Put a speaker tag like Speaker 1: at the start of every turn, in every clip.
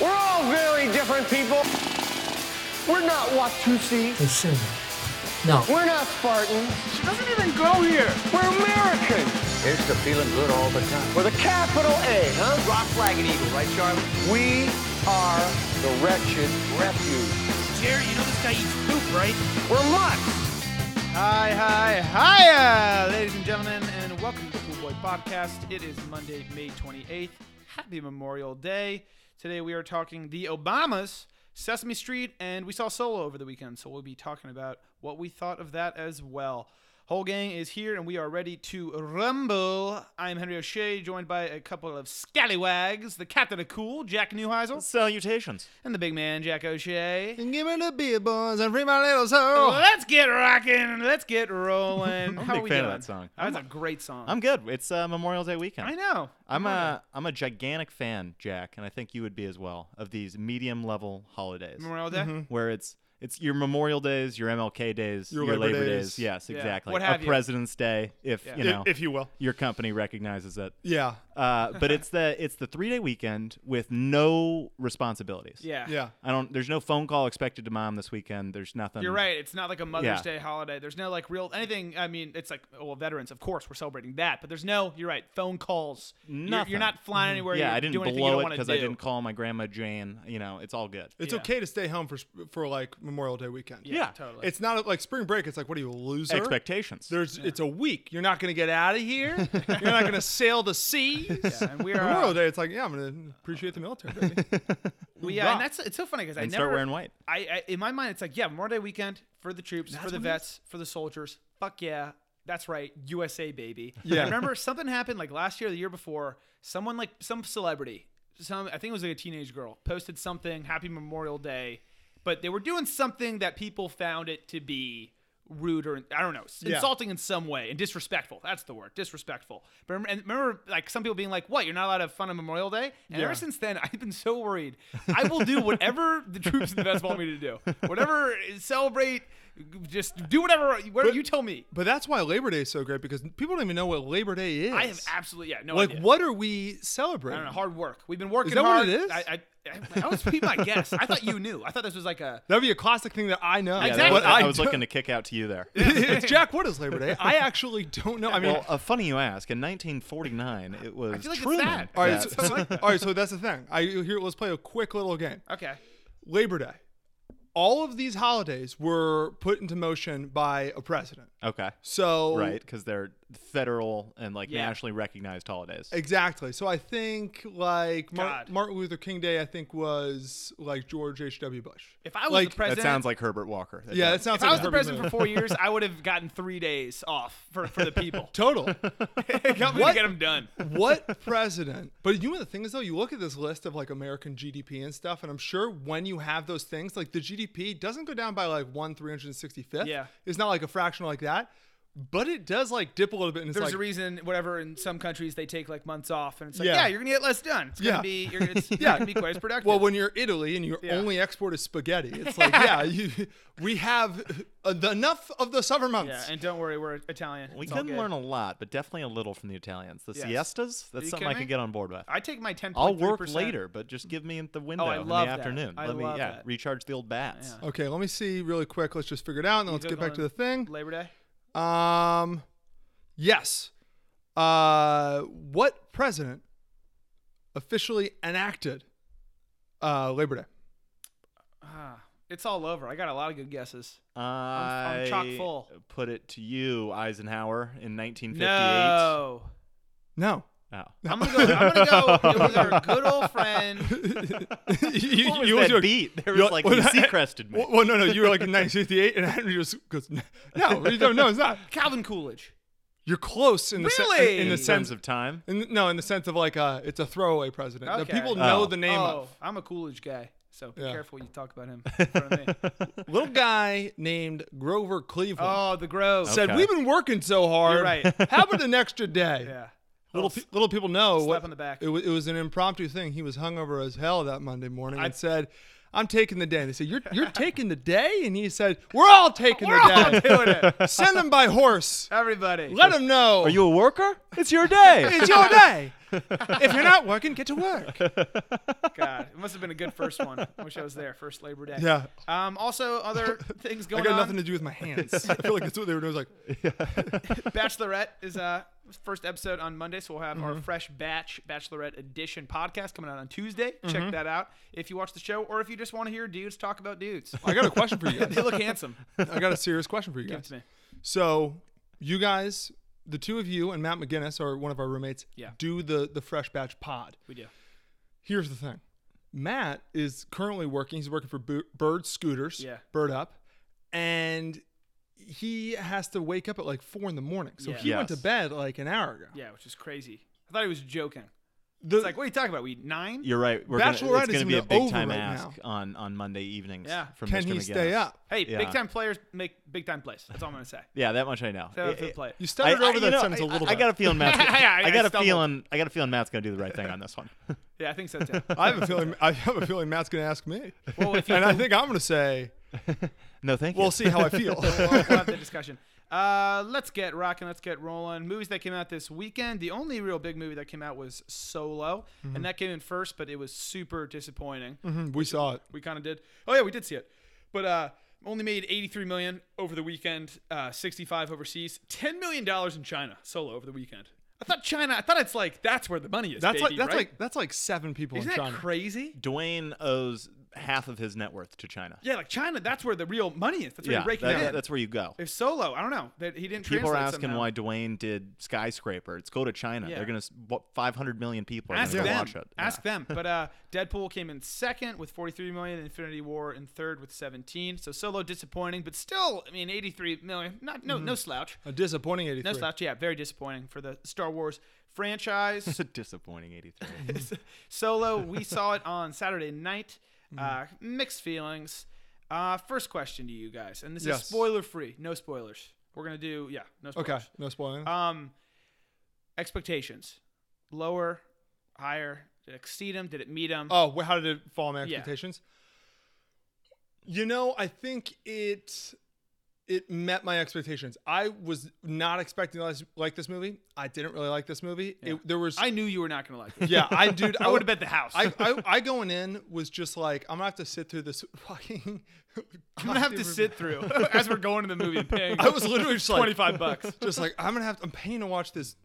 Speaker 1: We're all very different people. We're not Watusi.
Speaker 2: They should No.
Speaker 1: We're not Spartans.
Speaker 3: She doesn't even go here.
Speaker 1: We're Americans
Speaker 4: Here's to feeling good all the time.
Speaker 1: with a capital A, huh?
Speaker 3: Rock, flag, and eagle, right, Charlie?
Speaker 1: We are the wretched refuge.
Speaker 3: Jerry, you know this guy eats poop, right?
Speaker 1: We're mutts.
Speaker 3: Hi, hi, hiya, ladies and gentlemen, and welcome to the Pool Boy Podcast. It is Monday, May 28th. Happy Memorial Day. Today we are talking the Obamas, Sesame Street, and we saw Solo over the weekend, so we'll be talking about what we thought of that as well. Whole gang is here, and we are ready to rumble. I'm Henry O'Shea, joined by a couple of scallywags, the captain of cool, Jack Neuheisel,
Speaker 5: Salutations.
Speaker 3: and the big man, Jack O'Shea.
Speaker 2: Give me the beer, boys, and free my little soul.
Speaker 3: Let's get rocking. Let's get rolling.
Speaker 5: Oh. I'm a
Speaker 3: How
Speaker 5: big
Speaker 3: we
Speaker 5: fan of
Speaker 3: doing?
Speaker 5: that song.
Speaker 3: That's a great song.
Speaker 5: I'm good. It's uh, Memorial Day weekend.
Speaker 3: I know.
Speaker 5: I'm a I'm a gigantic fan, Jack, and I think you would be as well of these medium level holidays
Speaker 3: Memorial Day.
Speaker 5: where it's it's your Memorial Days, your MLK days, your,
Speaker 6: Labor
Speaker 5: Days.
Speaker 6: Days.
Speaker 5: Yes,
Speaker 3: Yeah.
Speaker 5: exactly.
Speaker 3: What have
Speaker 5: a
Speaker 3: you.
Speaker 5: President's Day, if you
Speaker 6: I-
Speaker 5: know,
Speaker 6: if you will.
Speaker 5: your company recognizes it.
Speaker 6: Yeah.
Speaker 5: Uh, but it's the it's the three day weekend with no responsibilities.
Speaker 3: Yeah.
Speaker 6: Yeah.
Speaker 5: I don't. There's no phone call expected to mom this weekend. There's nothing.
Speaker 3: You're right. It's not like a Mother's
Speaker 5: Yeah.
Speaker 3: Day holiday. There's no like real anything. I mean, it's like oh, well, veterans. Of course, we're celebrating that, but there's no. You're right. Phone calls. You're- You're,
Speaker 5: Nothing.
Speaker 3: not
Speaker 6: Mm-hmm.
Speaker 3: flying anywhere.
Speaker 5: Yeah,
Speaker 3: you're
Speaker 5: I didn't
Speaker 3: doing anything you
Speaker 5: blow
Speaker 3: don't
Speaker 5: it
Speaker 3: wanna
Speaker 5: I
Speaker 3: do.
Speaker 5: didn't call my grandma Jane. You know, it's all good.
Speaker 6: It's
Speaker 3: Yeah.
Speaker 6: okay to stay home for sp- for like Memorial Day weekend.
Speaker 5: Yeah.
Speaker 3: totally.
Speaker 6: It's not like spring break. It's like, what are you a loser?
Speaker 5: Expectations.
Speaker 6: There's it's a week. You're not gonna get out of here. You're not gonna sail the seas.
Speaker 3: yeah, and we are.
Speaker 6: Memorial
Speaker 3: uh,
Speaker 6: Day. It's like, yeah, I'm gonna appreciate the military. Baby.
Speaker 3: we, yeah, and that's it's so funny because I
Speaker 5: and
Speaker 3: never
Speaker 5: start wearing white.
Speaker 3: I, I in my mind it's like yeah Memorial Day weekend for the troops for the vets for the soldiers fuck yeah that's right USA baby
Speaker 6: Yeah.
Speaker 3: I remember something happened like last year or the year before someone like some celebrity some I think it was like a teenage girl posted something Happy Memorial Day but they were doing something that people found it to be rude or I don't know insulting in some way and disrespectful that's the word disrespectful but remember, and remember like some people being like what you're not allowed to have fun on Memorial Day and ever
Speaker 6: Yeah.
Speaker 3: since since then, I've been so worried. I will do whatever the troops and the vets want me to do. Whatever, celebrate, just do whatever, whatever
Speaker 6: But-
Speaker 3: you tell me.
Speaker 6: but that's why Labor Day is so great because people don't even know what Labor Day is.
Speaker 3: I have absolutely, yeah, no
Speaker 6: like,
Speaker 3: idea.
Speaker 6: what are we
Speaker 3: I
Speaker 6: celebrating?
Speaker 3: don't know, hard work. We've been working
Speaker 6: that what
Speaker 3: hard.
Speaker 6: it is?
Speaker 3: I, I, I, I was being my guess. I thought you knew. I thought this was like a.
Speaker 6: That'd be a classic thing that I know.
Speaker 5: Yeah,
Speaker 3: Exactly.
Speaker 5: that was-
Speaker 6: What
Speaker 5: I, was
Speaker 6: don't-
Speaker 5: looking to kick out to you there.
Speaker 6: it's Jack. What is Labor Day? I actually don't know. I mean,
Speaker 5: well, uh, funny you ask. In 1949, it was
Speaker 3: feel like it's
Speaker 5: Truman.
Speaker 3: that.
Speaker 6: all right.
Speaker 5: that-
Speaker 6: so- so- all right. So that's the thing. I here. Let's play a quick little game.
Speaker 3: Okay.
Speaker 6: Labor Day. All of these holidays were put into motion by a president.
Speaker 5: okay.
Speaker 6: So
Speaker 5: Right, because they're federal and like
Speaker 3: Yeah.
Speaker 5: nationally recognized holidays.
Speaker 6: exactly. So I think like Mar-
Speaker 3: God.
Speaker 6: Martin Luther King Day, I think was like George H. W. Bush.
Speaker 3: If I was
Speaker 6: Like,
Speaker 3: the
Speaker 6: that
Speaker 3: president,
Speaker 5: That sounds like Herbert Walker. That
Speaker 6: Yeah,
Speaker 5: does.
Speaker 6: that sounds
Speaker 3: If
Speaker 6: like
Speaker 3: I
Speaker 6: a
Speaker 3: was the
Speaker 6: Herbie
Speaker 3: president
Speaker 6: movie.
Speaker 3: for four years, I would have gotten three days off for, for the people.
Speaker 6: total.
Speaker 3: It helped me to
Speaker 6: What?
Speaker 3: get them done.
Speaker 6: what president? But you know the thing is though, you look at this list of like American GDP and stuff, and I'm sure when you have those things, like the GDP doesn't go down by like one three hundred sixty fifth.
Speaker 3: Yeah.
Speaker 6: it's not like a fraction like that, but it does like dip a little bit. And it's
Speaker 3: There's
Speaker 6: like,
Speaker 3: a reason, whatever, in some countries they take like months off, and it's like, yeah,
Speaker 6: Yeah.
Speaker 3: you're gonna get less done. It's
Speaker 6: Yeah.
Speaker 3: gonna be, you're gonna, it's, yeah,
Speaker 6: Yeah.
Speaker 3: gonna be quite as productive.
Speaker 6: Well, when you're Italy and your
Speaker 3: Yeah.
Speaker 6: only export is spaghetti, it's like, yeah, you, we have uh, the- enough of the summer months.
Speaker 3: Yeah, and don't worry, we're Italian.
Speaker 5: We
Speaker 3: It's all
Speaker 5: couldn't
Speaker 3: good.
Speaker 5: learn a lot, but definitely a little from the Italians. The
Speaker 3: Yes.
Speaker 5: siestas, that's
Speaker 3: you
Speaker 5: something I
Speaker 3: kidding me?
Speaker 5: could get on board with.
Speaker 3: I take my ten.
Speaker 5: I'll work later, but just give me the window in the
Speaker 3: love that.
Speaker 5: afternoon.
Speaker 3: Oh, I
Speaker 5: Let me
Speaker 3: love
Speaker 5: yeah,
Speaker 3: that.
Speaker 5: recharge the old bats.
Speaker 3: Yeah.
Speaker 6: okay, let me see really quick. Let's just figure it out and then let's
Speaker 3: took
Speaker 6: get back
Speaker 3: on-
Speaker 6: to the thing.
Speaker 3: Labor Day.
Speaker 6: Um, yes. Uh, what president officially enacted uh, Labor Day?
Speaker 3: Ah, it's all over. I got a lot of good guesses.
Speaker 5: I
Speaker 3: I'm chock full.
Speaker 5: Put it to you, Eisenhower, in 1958.
Speaker 3: No,
Speaker 6: No.
Speaker 5: Oh.
Speaker 3: I'm gonna go. I'm gonna go with our good old friend.
Speaker 6: you,
Speaker 5: What was
Speaker 6: you
Speaker 5: that
Speaker 6: always-
Speaker 5: beat? There
Speaker 6: you-
Speaker 5: was like
Speaker 6: well,
Speaker 5: you seacrested me.
Speaker 6: Well, well, no, no, you were like in 1968, and Henry just goes, no, you don't- no, it's not.
Speaker 3: Calvin Coolidge.
Speaker 6: You're close in the sen-
Speaker 3: Really?
Speaker 6: in, in the
Speaker 5: in
Speaker 6: sense
Speaker 5: terms of time.
Speaker 6: in, no, in the sense of like uh, it's a throwaway president that
Speaker 3: Okay.
Speaker 6: people know
Speaker 5: Oh.
Speaker 6: the name
Speaker 3: oh,
Speaker 6: of.
Speaker 3: I'm a Coolidge guy, so be
Speaker 6: Yeah.
Speaker 3: careful you talk about him in front of me.
Speaker 6: Little guy named Grover Cleveland
Speaker 3: Oh, the Grove.
Speaker 6: said,
Speaker 5: Okay.
Speaker 6: "We've been working so hard.
Speaker 3: You're right.
Speaker 6: How about an extra day?
Speaker 3: Yeah.
Speaker 6: Little pe- little people know.
Speaker 3: slap
Speaker 6: what-
Speaker 3: on the back.
Speaker 6: It, wa- it was an impromptu thing. He was hungover as hell that Monday morning and said." I'm taking the day. And they said, You're you're taking the day? And he said, We're all taking
Speaker 3: We're all
Speaker 6: the day.
Speaker 3: doing it.
Speaker 6: Send them by horse.
Speaker 3: Everybody.
Speaker 6: Let them know.
Speaker 5: Are you a worker? It's your day.
Speaker 6: it's your day. if you're not working, get to work.
Speaker 3: God, it must have been a good first one. I wish I was there, first Labor Day.
Speaker 6: Yeah.
Speaker 3: Um, also, other things
Speaker 6: I
Speaker 3: going
Speaker 6: got
Speaker 3: on.
Speaker 6: nothing to do with my hands. I feel like that's what they were doing. It was like,
Speaker 3: Bachelorette is uh first episode on Monday, so we'll have our
Speaker 6: Mm-hmm.
Speaker 3: fresh batch Bachelorette edition podcast coming out on Tuesday.
Speaker 6: Mm-hmm.
Speaker 3: Check that out if you watch the show or if you just want to hear dudes talk about dudes.
Speaker 6: I got a question for you guys.
Speaker 3: they look handsome.
Speaker 6: I got a serious question for you guys.
Speaker 3: to me.
Speaker 6: So, you guys, the two of you and Matt McGinnis are one of our roommates.
Speaker 3: Yeah.
Speaker 6: Do the the Fresh Batch Pod.
Speaker 3: We do.
Speaker 6: Here's the thing, Matt is currently working. He's working for Bo- Bird Scooters.
Speaker 3: Yeah.
Speaker 6: Bird Up, and he has to wake up at like four in the morning. So
Speaker 3: Yeah.
Speaker 6: he went to
Speaker 5: Yes.
Speaker 6: bed like an hour ago.
Speaker 3: Yeah, which is crazy. I thought he was joking.
Speaker 6: The-
Speaker 3: It's like, what are you talking about? We nine?
Speaker 5: You're right. We're gonna, it's
Speaker 6: Bachelorette
Speaker 5: going to
Speaker 6: isn't
Speaker 5: be a
Speaker 6: even
Speaker 5: big
Speaker 6: over
Speaker 5: time
Speaker 6: right
Speaker 5: ask
Speaker 6: now.
Speaker 5: on, on Monday evenings
Speaker 3: Yeah.
Speaker 5: from Mr.
Speaker 6: Can he
Speaker 5: McGinnis.
Speaker 6: stay up?
Speaker 3: Hey,
Speaker 5: Yeah.
Speaker 3: big time players make big time plays. That's all I'm gonna say.
Speaker 5: Yeah, that much I know.
Speaker 3: Shout out to
Speaker 5: I-
Speaker 3: the player.
Speaker 6: You
Speaker 5: I,
Speaker 6: stuttered
Speaker 5: I-
Speaker 6: over
Speaker 5: you
Speaker 6: that
Speaker 5: know,
Speaker 6: sentence
Speaker 5: I-
Speaker 6: a little
Speaker 5: I
Speaker 6: bit.
Speaker 5: got a feeling Matt's.
Speaker 3: I-
Speaker 5: I,
Speaker 3: I
Speaker 5: got a
Speaker 3: stumbled.
Speaker 5: feeling. I got a feeling Matt's going to do the right thing on this one.
Speaker 3: Yeah, I think so too.
Speaker 6: I have a feeling. I have a feeling Matt's going to ask me,
Speaker 3: well, if you,
Speaker 6: and I think I'm going to say,
Speaker 5: no, thank you.
Speaker 6: "We'll see how I feel."
Speaker 3: we'll, we'll have the discussion. Uh, let's get rocking. Let's get rolling. Movies that came out this weekend. The only real big movie that came out was Solo, and that came in first, but it was super disappointing.
Speaker 6: we saw it.
Speaker 3: We kind of did. Oh yeah, we did see it, but uh, only made 83 million over the weekend. Uh, 65 overseas. 10 million dollars in China. Solo over the weekend. I thought China. I thought it's like that's where the money is.
Speaker 6: That's
Speaker 3: baby,
Speaker 6: like that's
Speaker 3: right?
Speaker 6: like that's like seven people
Speaker 3: Isn't
Speaker 6: in
Speaker 3: that
Speaker 6: China.
Speaker 3: crazy?
Speaker 5: Dwayne owes half of his net worth to China.
Speaker 3: Yeah, like China. That's where the real money is. That's where you break it
Speaker 5: that-
Speaker 3: in.
Speaker 5: that's where you go.
Speaker 3: if Solo, I don't know that he didn't.
Speaker 5: People are
Speaker 3: translate
Speaker 5: asking
Speaker 3: somehow.
Speaker 5: why Dwayne did Skyscraper. It's go to China.
Speaker 3: Yeah.
Speaker 5: They're going to 500 million people are
Speaker 3: Ask
Speaker 5: going to
Speaker 3: them.
Speaker 5: watch it. Yeah.
Speaker 3: Ask them. But uh, Deadpool came in second with 43 million, Infinity War in third with 17. So Solo disappointing, but still, I mean, 83 million. Not no
Speaker 5: Mm-hmm.
Speaker 3: no slouch.
Speaker 6: A disappointing 83.
Speaker 3: No slouch. Yeah, very disappointing for the Star Wars franchise.
Speaker 5: It's a disappointing 83.
Speaker 3: Solo, we saw it on Saturday night.
Speaker 5: Mm-hmm.
Speaker 3: Uh, mixed feelings. Uh, first question to you guys, and this is
Speaker 6: Yes.
Speaker 3: spoiler free. No spoilers. We're gonna do yeah. No spoilers.
Speaker 6: Okay, no spoiling.
Speaker 3: Um, expectations, lower, higher. Did it exceed them? Did it meet
Speaker 5: Uh,
Speaker 3: them?
Speaker 6: oh, wh- how did it fall my
Speaker 3: yeah.
Speaker 6: expectations? You know, I think it it met my expectations. I was not expecting to like this movie. I didn't really like this movie. It, there was
Speaker 3: I knew you were not gonna like this.
Speaker 6: yeah, I dude,
Speaker 3: I would have bet the house.
Speaker 6: I, I, I going in was just like I'm gonna have to sit through this fucking.
Speaker 3: I'm gonna have to sit through as we're going to the movie and paying.
Speaker 6: I was literally just like
Speaker 3: 25 bucks.
Speaker 6: Just like I'm gonna have to, I'm paying to watch this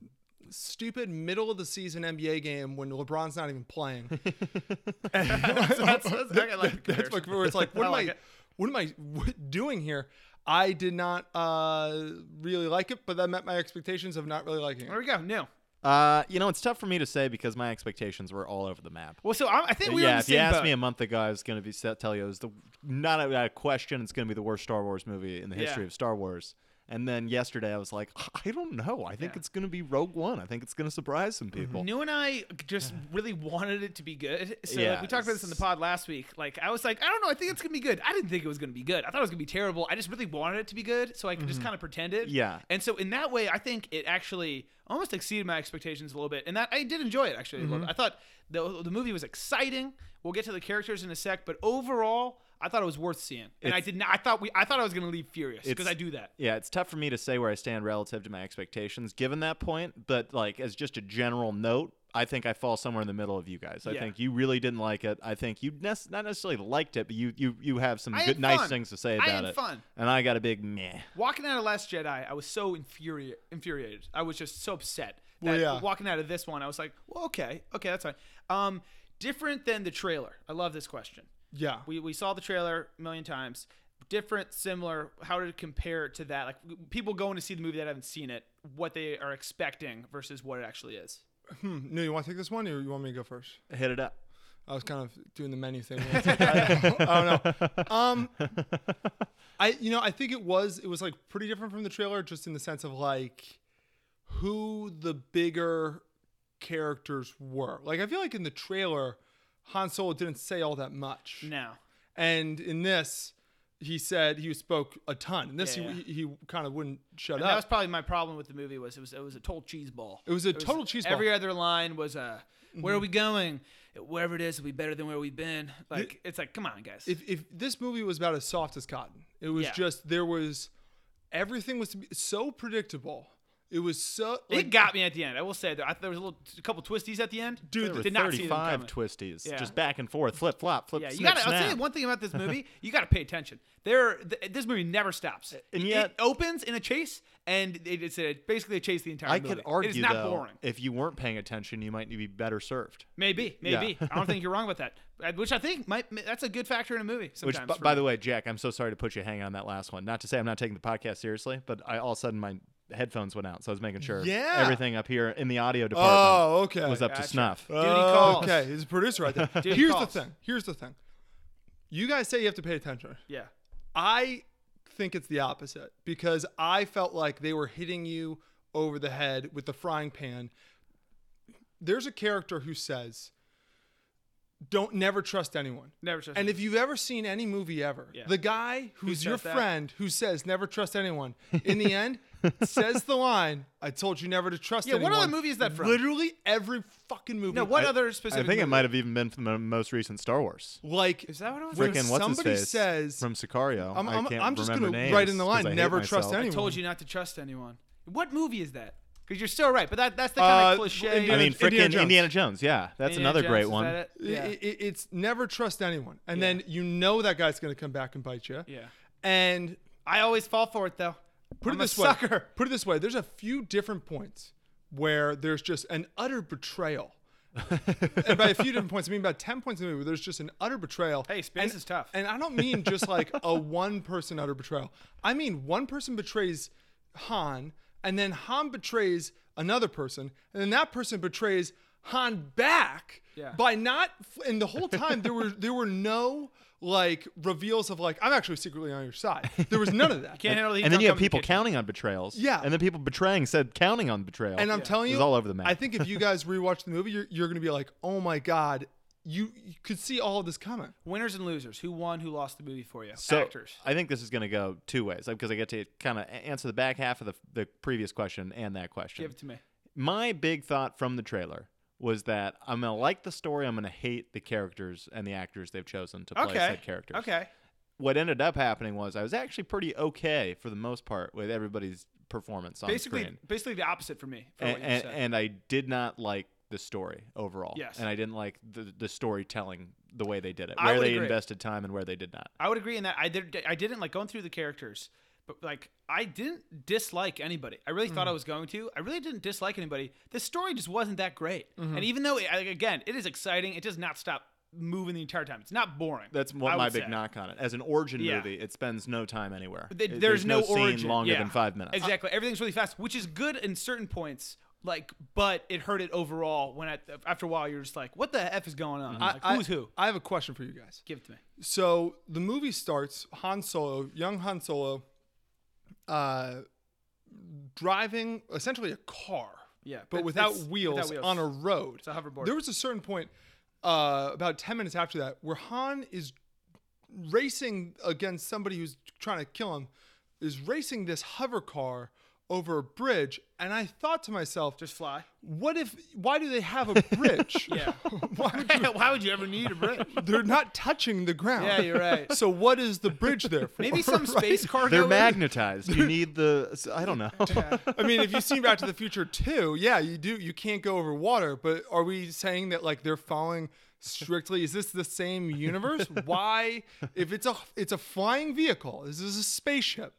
Speaker 6: stupid middle of the season NBA game when LeBron's not even playing.
Speaker 3: that's, that's, I got, like,
Speaker 6: That's like where it's like what
Speaker 3: I
Speaker 6: am
Speaker 3: like
Speaker 6: I
Speaker 3: it.
Speaker 6: what am I what doing here? I did not uh, really like it, but that met my expectations of not really liking
Speaker 3: there
Speaker 6: it.
Speaker 3: we go. No.
Speaker 5: uh, you know, it's tough for me to say because my expectations were all over the map.
Speaker 3: Well, so I'm, I think we were
Speaker 5: yeah,
Speaker 3: in the
Speaker 5: if
Speaker 3: same
Speaker 5: you asked
Speaker 3: boat.
Speaker 5: me a month ago, I was going to be set, tell you it was the not a, not a question. It's going to be the worst Star Wars movie in the history
Speaker 3: Yeah.
Speaker 5: of Star Wars. And then yesterday, I was like, I don't know. I think it's going to be Rogue One. I think it's going to surprise some people.
Speaker 3: New and I just really wanted it to be good. So like,
Speaker 5: Yeah,
Speaker 3: we talked about this in the pod last week. Like I was like, I don't know, I think it's gonna be good. I didn't think it was gonna be good. I thought it was gonna be terrible. I just really wanted it to be good, so I could just kind of pretend it.
Speaker 5: Mm-hmm. Yeah.
Speaker 3: And so in that way, I think it actually almost exceeded my expectations a little bit, and that I did enjoy it actually. a
Speaker 5: Mm-hmm.
Speaker 3: little bit. I thought the the movie was exciting. We'll get to the characters in a sec, but overall, I thought it was worth seeing, and I
Speaker 5: It's-
Speaker 3: did not. I thought we, I thought I was gonna leave furious because
Speaker 5: It's-
Speaker 3: I do that.
Speaker 5: Yeah, it's tough for me to say where I stand relative to my expectations given that point, but like as just a general note, I think I fall somewhere in the middle of you guys. I
Speaker 3: Yeah.
Speaker 5: think you really didn't like it. I think you nes- not necessarily liked it, but you you you have some
Speaker 3: I had
Speaker 5: good nice
Speaker 3: fun.
Speaker 5: things to say
Speaker 3: I
Speaker 5: about
Speaker 3: had
Speaker 5: it.
Speaker 3: fun.
Speaker 5: And I got a big meh.
Speaker 3: Walking out of Last Jedi, I was so infuriated. Infuriated. I was just so upset. That
Speaker 6: Well, yeah.
Speaker 3: Walking out of this one, I was like, "Well, okay, okay, that's fine." Um, different than the trailer. I love this question.
Speaker 6: Yeah,
Speaker 3: We we saw the trailer a million times. Different, similar. How did it compare to that? Like people going to see the movie that haven't seen it, what they are expecting versus what it actually is.
Speaker 6: no, you want to take this one, or you want me to go first?
Speaker 5: Hit it up.
Speaker 6: I was kind of doing the menu thing. I don't know. Um, I you know I think it was it was like pretty different from the trailer, just in the sense of like who the bigger characters were. Like I feel like in the trailer, Han Solo didn't say all that much,
Speaker 3: Now,
Speaker 6: and in this. He said he spoke a ton. In this,
Speaker 3: Yeah,
Speaker 6: he, he kind of wouldn't shut
Speaker 3: and
Speaker 6: up.
Speaker 3: that was probably my problem with the movie was it was it was a total cheese ball.
Speaker 6: It was a total cheese ball.
Speaker 3: Every other line was a "Where are we going? Wherever it is will be better than where we've been." Like it's like, come on, guys.
Speaker 6: if if this movie was about as soft as cotton, it was
Speaker 3: Yeah.
Speaker 6: just there was everything was so predictable, It was so.
Speaker 3: it
Speaker 6: Like,
Speaker 3: got me at the end. I will say that I thought there was a little, a couple twisties at the end.
Speaker 6: Dude,
Speaker 5: There were
Speaker 3: did not see them
Speaker 5: 35
Speaker 3: coming.
Speaker 5: twisties,
Speaker 3: Yeah.
Speaker 5: just back and forth, flip flop, flip.
Speaker 3: Yeah, you
Speaker 5: snip,
Speaker 3: got to. I'll tell you
Speaker 5: snap.
Speaker 3: one thing about this movie. You got to pay attention. There, th- this movie never stops.
Speaker 5: And
Speaker 3: It-
Speaker 5: yet-
Speaker 3: it opens in a chase, and it- it's a, basically a chase the entire
Speaker 5: I
Speaker 3: movie.
Speaker 5: could argue
Speaker 3: it is not
Speaker 5: though,
Speaker 3: boring.
Speaker 5: if you weren't paying attention, you might be better served.
Speaker 3: Maybe,
Speaker 5: Yeah.
Speaker 3: maybe. I don't think you're wrong about that. Uh, Which I think might that's a good factor in a movie.
Speaker 5: Which,
Speaker 3: Sometimes,
Speaker 5: b- by the way, Jack, I'm so sorry to put you hanging on that last one. Not to say I'm not taking the podcast seriously, but I all of a sudden my headphones went out, so I was making sure
Speaker 6: Yeah.
Speaker 5: everything up here in the audio department
Speaker 6: oh, Uh, okay.
Speaker 5: was up to
Speaker 3: Gotcha.
Speaker 5: snuff.
Speaker 3: Duty calls.
Speaker 6: Okay, he's a producer right there.
Speaker 3: Duty
Speaker 6: Here's
Speaker 3: calls.
Speaker 6: the thing. Here's the thing. You guys say you have to pay attention.
Speaker 3: yeah,
Speaker 6: I think it's the opposite because I felt like they were hitting you over the head with the frying pan. There's a character who says, "Don't never trust anyone."
Speaker 3: never. Trust
Speaker 6: And if you've ever seen any movie ever,
Speaker 3: Yeah.
Speaker 6: the guy who's
Speaker 3: says
Speaker 6: your
Speaker 3: that?
Speaker 6: friend who says never trust anyone, in the end, says the line, I told you never to trust
Speaker 3: Yeah,
Speaker 6: anyone.
Speaker 3: what other movie is that from?
Speaker 6: Literally every fucking movie.
Speaker 3: no, what
Speaker 6: I-
Speaker 3: other specific?
Speaker 5: I think it
Speaker 3: movie?
Speaker 5: might have even been from the most recent Star Wars.
Speaker 6: Like,
Speaker 3: Is that what it was?
Speaker 6: When
Speaker 5: Frickin' what's his
Speaker 6: somebody
Speaker 5: face
Speaker 6: says-
Speaker 5: from Sicario?
Speaker 6: I'm-
Speaker 5: I
Speaker 6: I'm-
Speaker 5: can't
Speaker 6: I'm just
Speaker 5: remember
Speaker 6: gonna
Speaker 5: names
Speaker 6: write in the
Speaker 5: 'cause
Speaker 6: line,
Speaker 5: I hate
Speaker 6: never trust
Speaker 5: myself.
Speaker 6: anyone.
Speaker 3: told you not to trust anyone. What movie is that? Because you're so right, but that that's the
Speaker 6: Uh,
Speaker 3: kind of cliche.
Speaker 6: Indiana-
Speaker 5: I mean, freaking
Speaker 6: Indiana
Speaker 5: Indiana
Speaker 6: Jones.
Speaker 5: Jones. Yeah, that's
Speaker 3: Indiana
Speaker 5: another
Speaker 3: Jones,
Speaker 5: great
Speaker 3: is
Speaker 5: one.
Speaker 3: that it?
Speaker 6: i- i-
Speaker 3: Yeah.
Speaker 6: it's never trust anyone. And then you know that guy's going to come back and bite you.
Speaker 3: Yeah.
Speaker 6: And
Speaker 3: I always fall for it though.
Speaker 6: put
Speaker 3: I'm
Speaker 6: it this
Speaker 3: a
Speaker 6: way.
Speaker 3: sucker.
Speaker 6: Put it this way. There's a few different points where there's just an utter betrayal. and by a few different points, I mean about ten points in the movie where there's just an utter betrayal.
Speaker 3: Hey, space
Speaker 6: And-
Speaker 3: is tough.
Speaker 6: And I don't mean just like a one person utter betrayal. I mean one person betrays Han, and then Han betrays another person, and then that person betrays Han back
Speaker 3: Yeah.
Speaker 6: by not and the whole time there were there were no like reveals of like I'm actually secretly on your side. There was none of that.
Speaker 3: Can't handle the
Speaker 5: and then you have
Speaker 3: dunk on the
Speaker 5: people
Speaker 3: kitchen.
Speaker 5: counting on betrayals.
Speaker 6: Yeah.
Speaker 5: And then people betraying said counting on betrayal.
Speaker 6: And I'm telling
Speaker 5: It
Speaker 6: you,
Speaker 5: was all over the map.
Speaker 6: I think if you guys rewatch the movie, you're, you're going to be like, oh my God, you, you could see all of this coming.
Speaker 3: Winners and losers. Who won? Who lost the movie for you?
Speaker 5: so
Speaker 3: Actors.
Speaker 5: I think this is going to go two ways because I get to kind of answer the back half of the, the previous question and that question.
Speaker 3: Give it to me.
Speaker 5: My big thought from the trailer was that I'm going to like the story, I'm going to hate the characters and the actors they've chosen to play
Speaker 3: Okay.
Speaker 5: said characters.
Speaker 3: Okay.
Speaker 5: What ended up happening was I was actually pretty okay for the most part with everybody's performance on
Speaker 3: Basically,
Speaker 5: screen.
Speaker 3: basically the opposite for me. For
Speaker 5: and,
Speaker 3: what you
Speaker 5: and,
Speaker 3: said.
Speaker 5: and I did not like the story overall.
Speaker 3: Yes.
Speaker 5: And I didn't like the, the storytelling the way they did it,
Speaker 3: I
Speaker 5: where
Speaker 3: would
Speaker 5: they
Speaker 3: agree.
Speaker 5: invested time and where they did not.
Speaker 3: I would agree in that I did I didn't like going through the characters, but like I didn't dislike anybody. I really
Speaker 5: Mm.
Speaker 3: thought I was going to. I really didn't dislike anybody. The story just wasn't that great.
Speaker 5: Mm-hmm.
Speaker 3: And even though it, like, again, it is exciting, it does not stop moving the entire time. It's not boring.
Speaker 5: That's
Speaker 3: I
Speaker 5: one my
Speaker 3: would
Speaker 5: big
Speaker 3: say.
Speaker 5: knock on it. As an origin
Speaker 3: Yeah.
Speaker 5: movie, it spends no time anywhere.
Speaker 3: Th-
Speaker 5: It-
Speaker 3: There's,
Speaker 5: no,
Speaker 3: no,
Speaker 5: scene
Speaker 3: origin.
Speaker 5: longer
Speaker 3: Yeah.
Speaker 5: than five minutes.
Speaker 3: Exactly. Everything's really fast, which is good in certain points. Like, but it hurt it overall. When at, after a while, you're just like, "What the f is going
Speaker 5: Mm-hmm.
Speaker 3: on? Like, who's who?"
Speaker 6: I have a question for you guys.
Speaker 3: Give it to me.
Speaker 6: So the movie starts Han Solo, young Han Solo, uh, driving essentially a car.
Speaker 3: Yeah,
Speaker 6: But
Speaker 3: but
Speaker 6: without
Speaker 3: it's-
Speaker 6: wheels,
Speaker 3: without wheels.
Speaker 6: on a road. It's
Speaker 3: a hoverboard.
Speaker 6: There was a certain point, uh, about 10 minutes after that, where Han is racing against somebody who's trying to kill him, is racing this hover car over a bridge. And I thought to myself,
Speaker 3: Just fly.
Speaker 6: what if, why do they have a bridge?
Speaker 3: Yeah.
Speaker 6: why would you,
Speaker 3: Why would you ever need a bridge?
Speaker 6: they're not touching the ground.
Speaker 3: Yeah, you're right.
Speaker 6: So what is the bridge there for?
Speaker 3: Maybe some
Speaker 6: right?
Speaker 3: space cargo.
Speaker 5: They're
Speaker 3: in-
Speaker 5: magnetized. You need the. I don't know.
Speaker 6: I mean, if you've seen Back to the Future too, yeah, you do. You can't go over water. But are we saying that like they're following strictly? Is this the same universe? Why, if it's a it's a flying vehicle, this is a spaceship.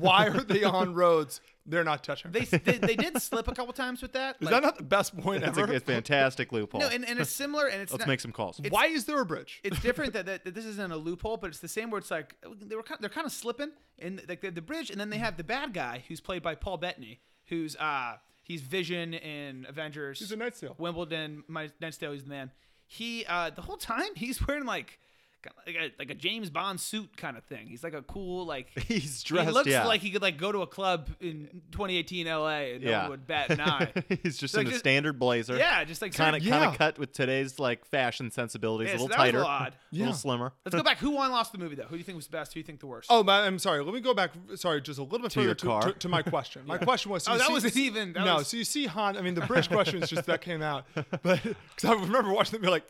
Speaker 6: Why are they on roads? They're not touching.
Speaker 3: They, they, they did slip a couple times with that.
Speaker 6: is
Speaker 3: like-
Speaker 6: that not the best point
Speaker 5: It's
Speaker 6: ever?
Speaker 5: a, it's fantastic loophole.
Speaker 3: No, and, and it's similar, and it's
Speaker 5: Let's
Speaker 3: not-
Speaker 5: make some calls.
Speaker 6: Why is there a bridge?
Speaker 3: It's different that, that, that this isn't a loophole, but it's the same where it's like they were kind they're kind of slipping, and like they have the bridge, and then they have the bad guy who's played by Paul Bettany, who's uh he's Vision in Avengers. He's
Speaker 6: a Night Seal.
Speaker 3: Wimbledon, my Night's Tale. He's the man. He uh the whole time he's wearing like. kinda Like a, like a James Bond suit kind of thing. He's like a cool like.
Speaker 5: He's dressed.
Speaker 3: He looks
Speaker 5: yeah.
Speaker 3: like he could like go to a club in 2018 LA and no
Speaker 5: yeah.
Speaker 3: one would bat an eye.
Speaker 5: He's just
Speaker 3: Like
Speaker 5: in a
Speaker 3: just-
Speaker 5: standard blazer.
Speaker 3: Yeah, just like
Speaker 5: Kind of, kind
Speaker 6: Yeah.
Speaker 5: of cut with today's like fashion sensibilities.
Speaker 3: Yeah,
Speaker 5: a
Speaker 3: so
Speaker 5: little
Speaker 3: that was a
Speaker 5: tighter.
Speaker 3: little odd.
Speaker 6: Yeah.
Speaker 5: little slimmer.
Speaker 3: Let's go back. Who won lost the movie though? Who do you think was the best? Who do you think the worst?
Speaker 6: Oh, my, I'm sorry. Let me go back. Sorry, just a little bit
Speaker 5: To
Speaker 6: further
Speaker 5: your
Speaker 6: to,
Speaker 5: car.
Speaker 6: To, to my question. My question was. So
Speaker 3: Oh,
Speaker 6: you
Speaker 3: that
Speaker 6: see-
Speaker 3: wasn't even- that
Speaker 6: no,
Speaker 3: was-
Speaker 6: so you see Han. I mean, the British question is just that came out, but because I remember watching them be like,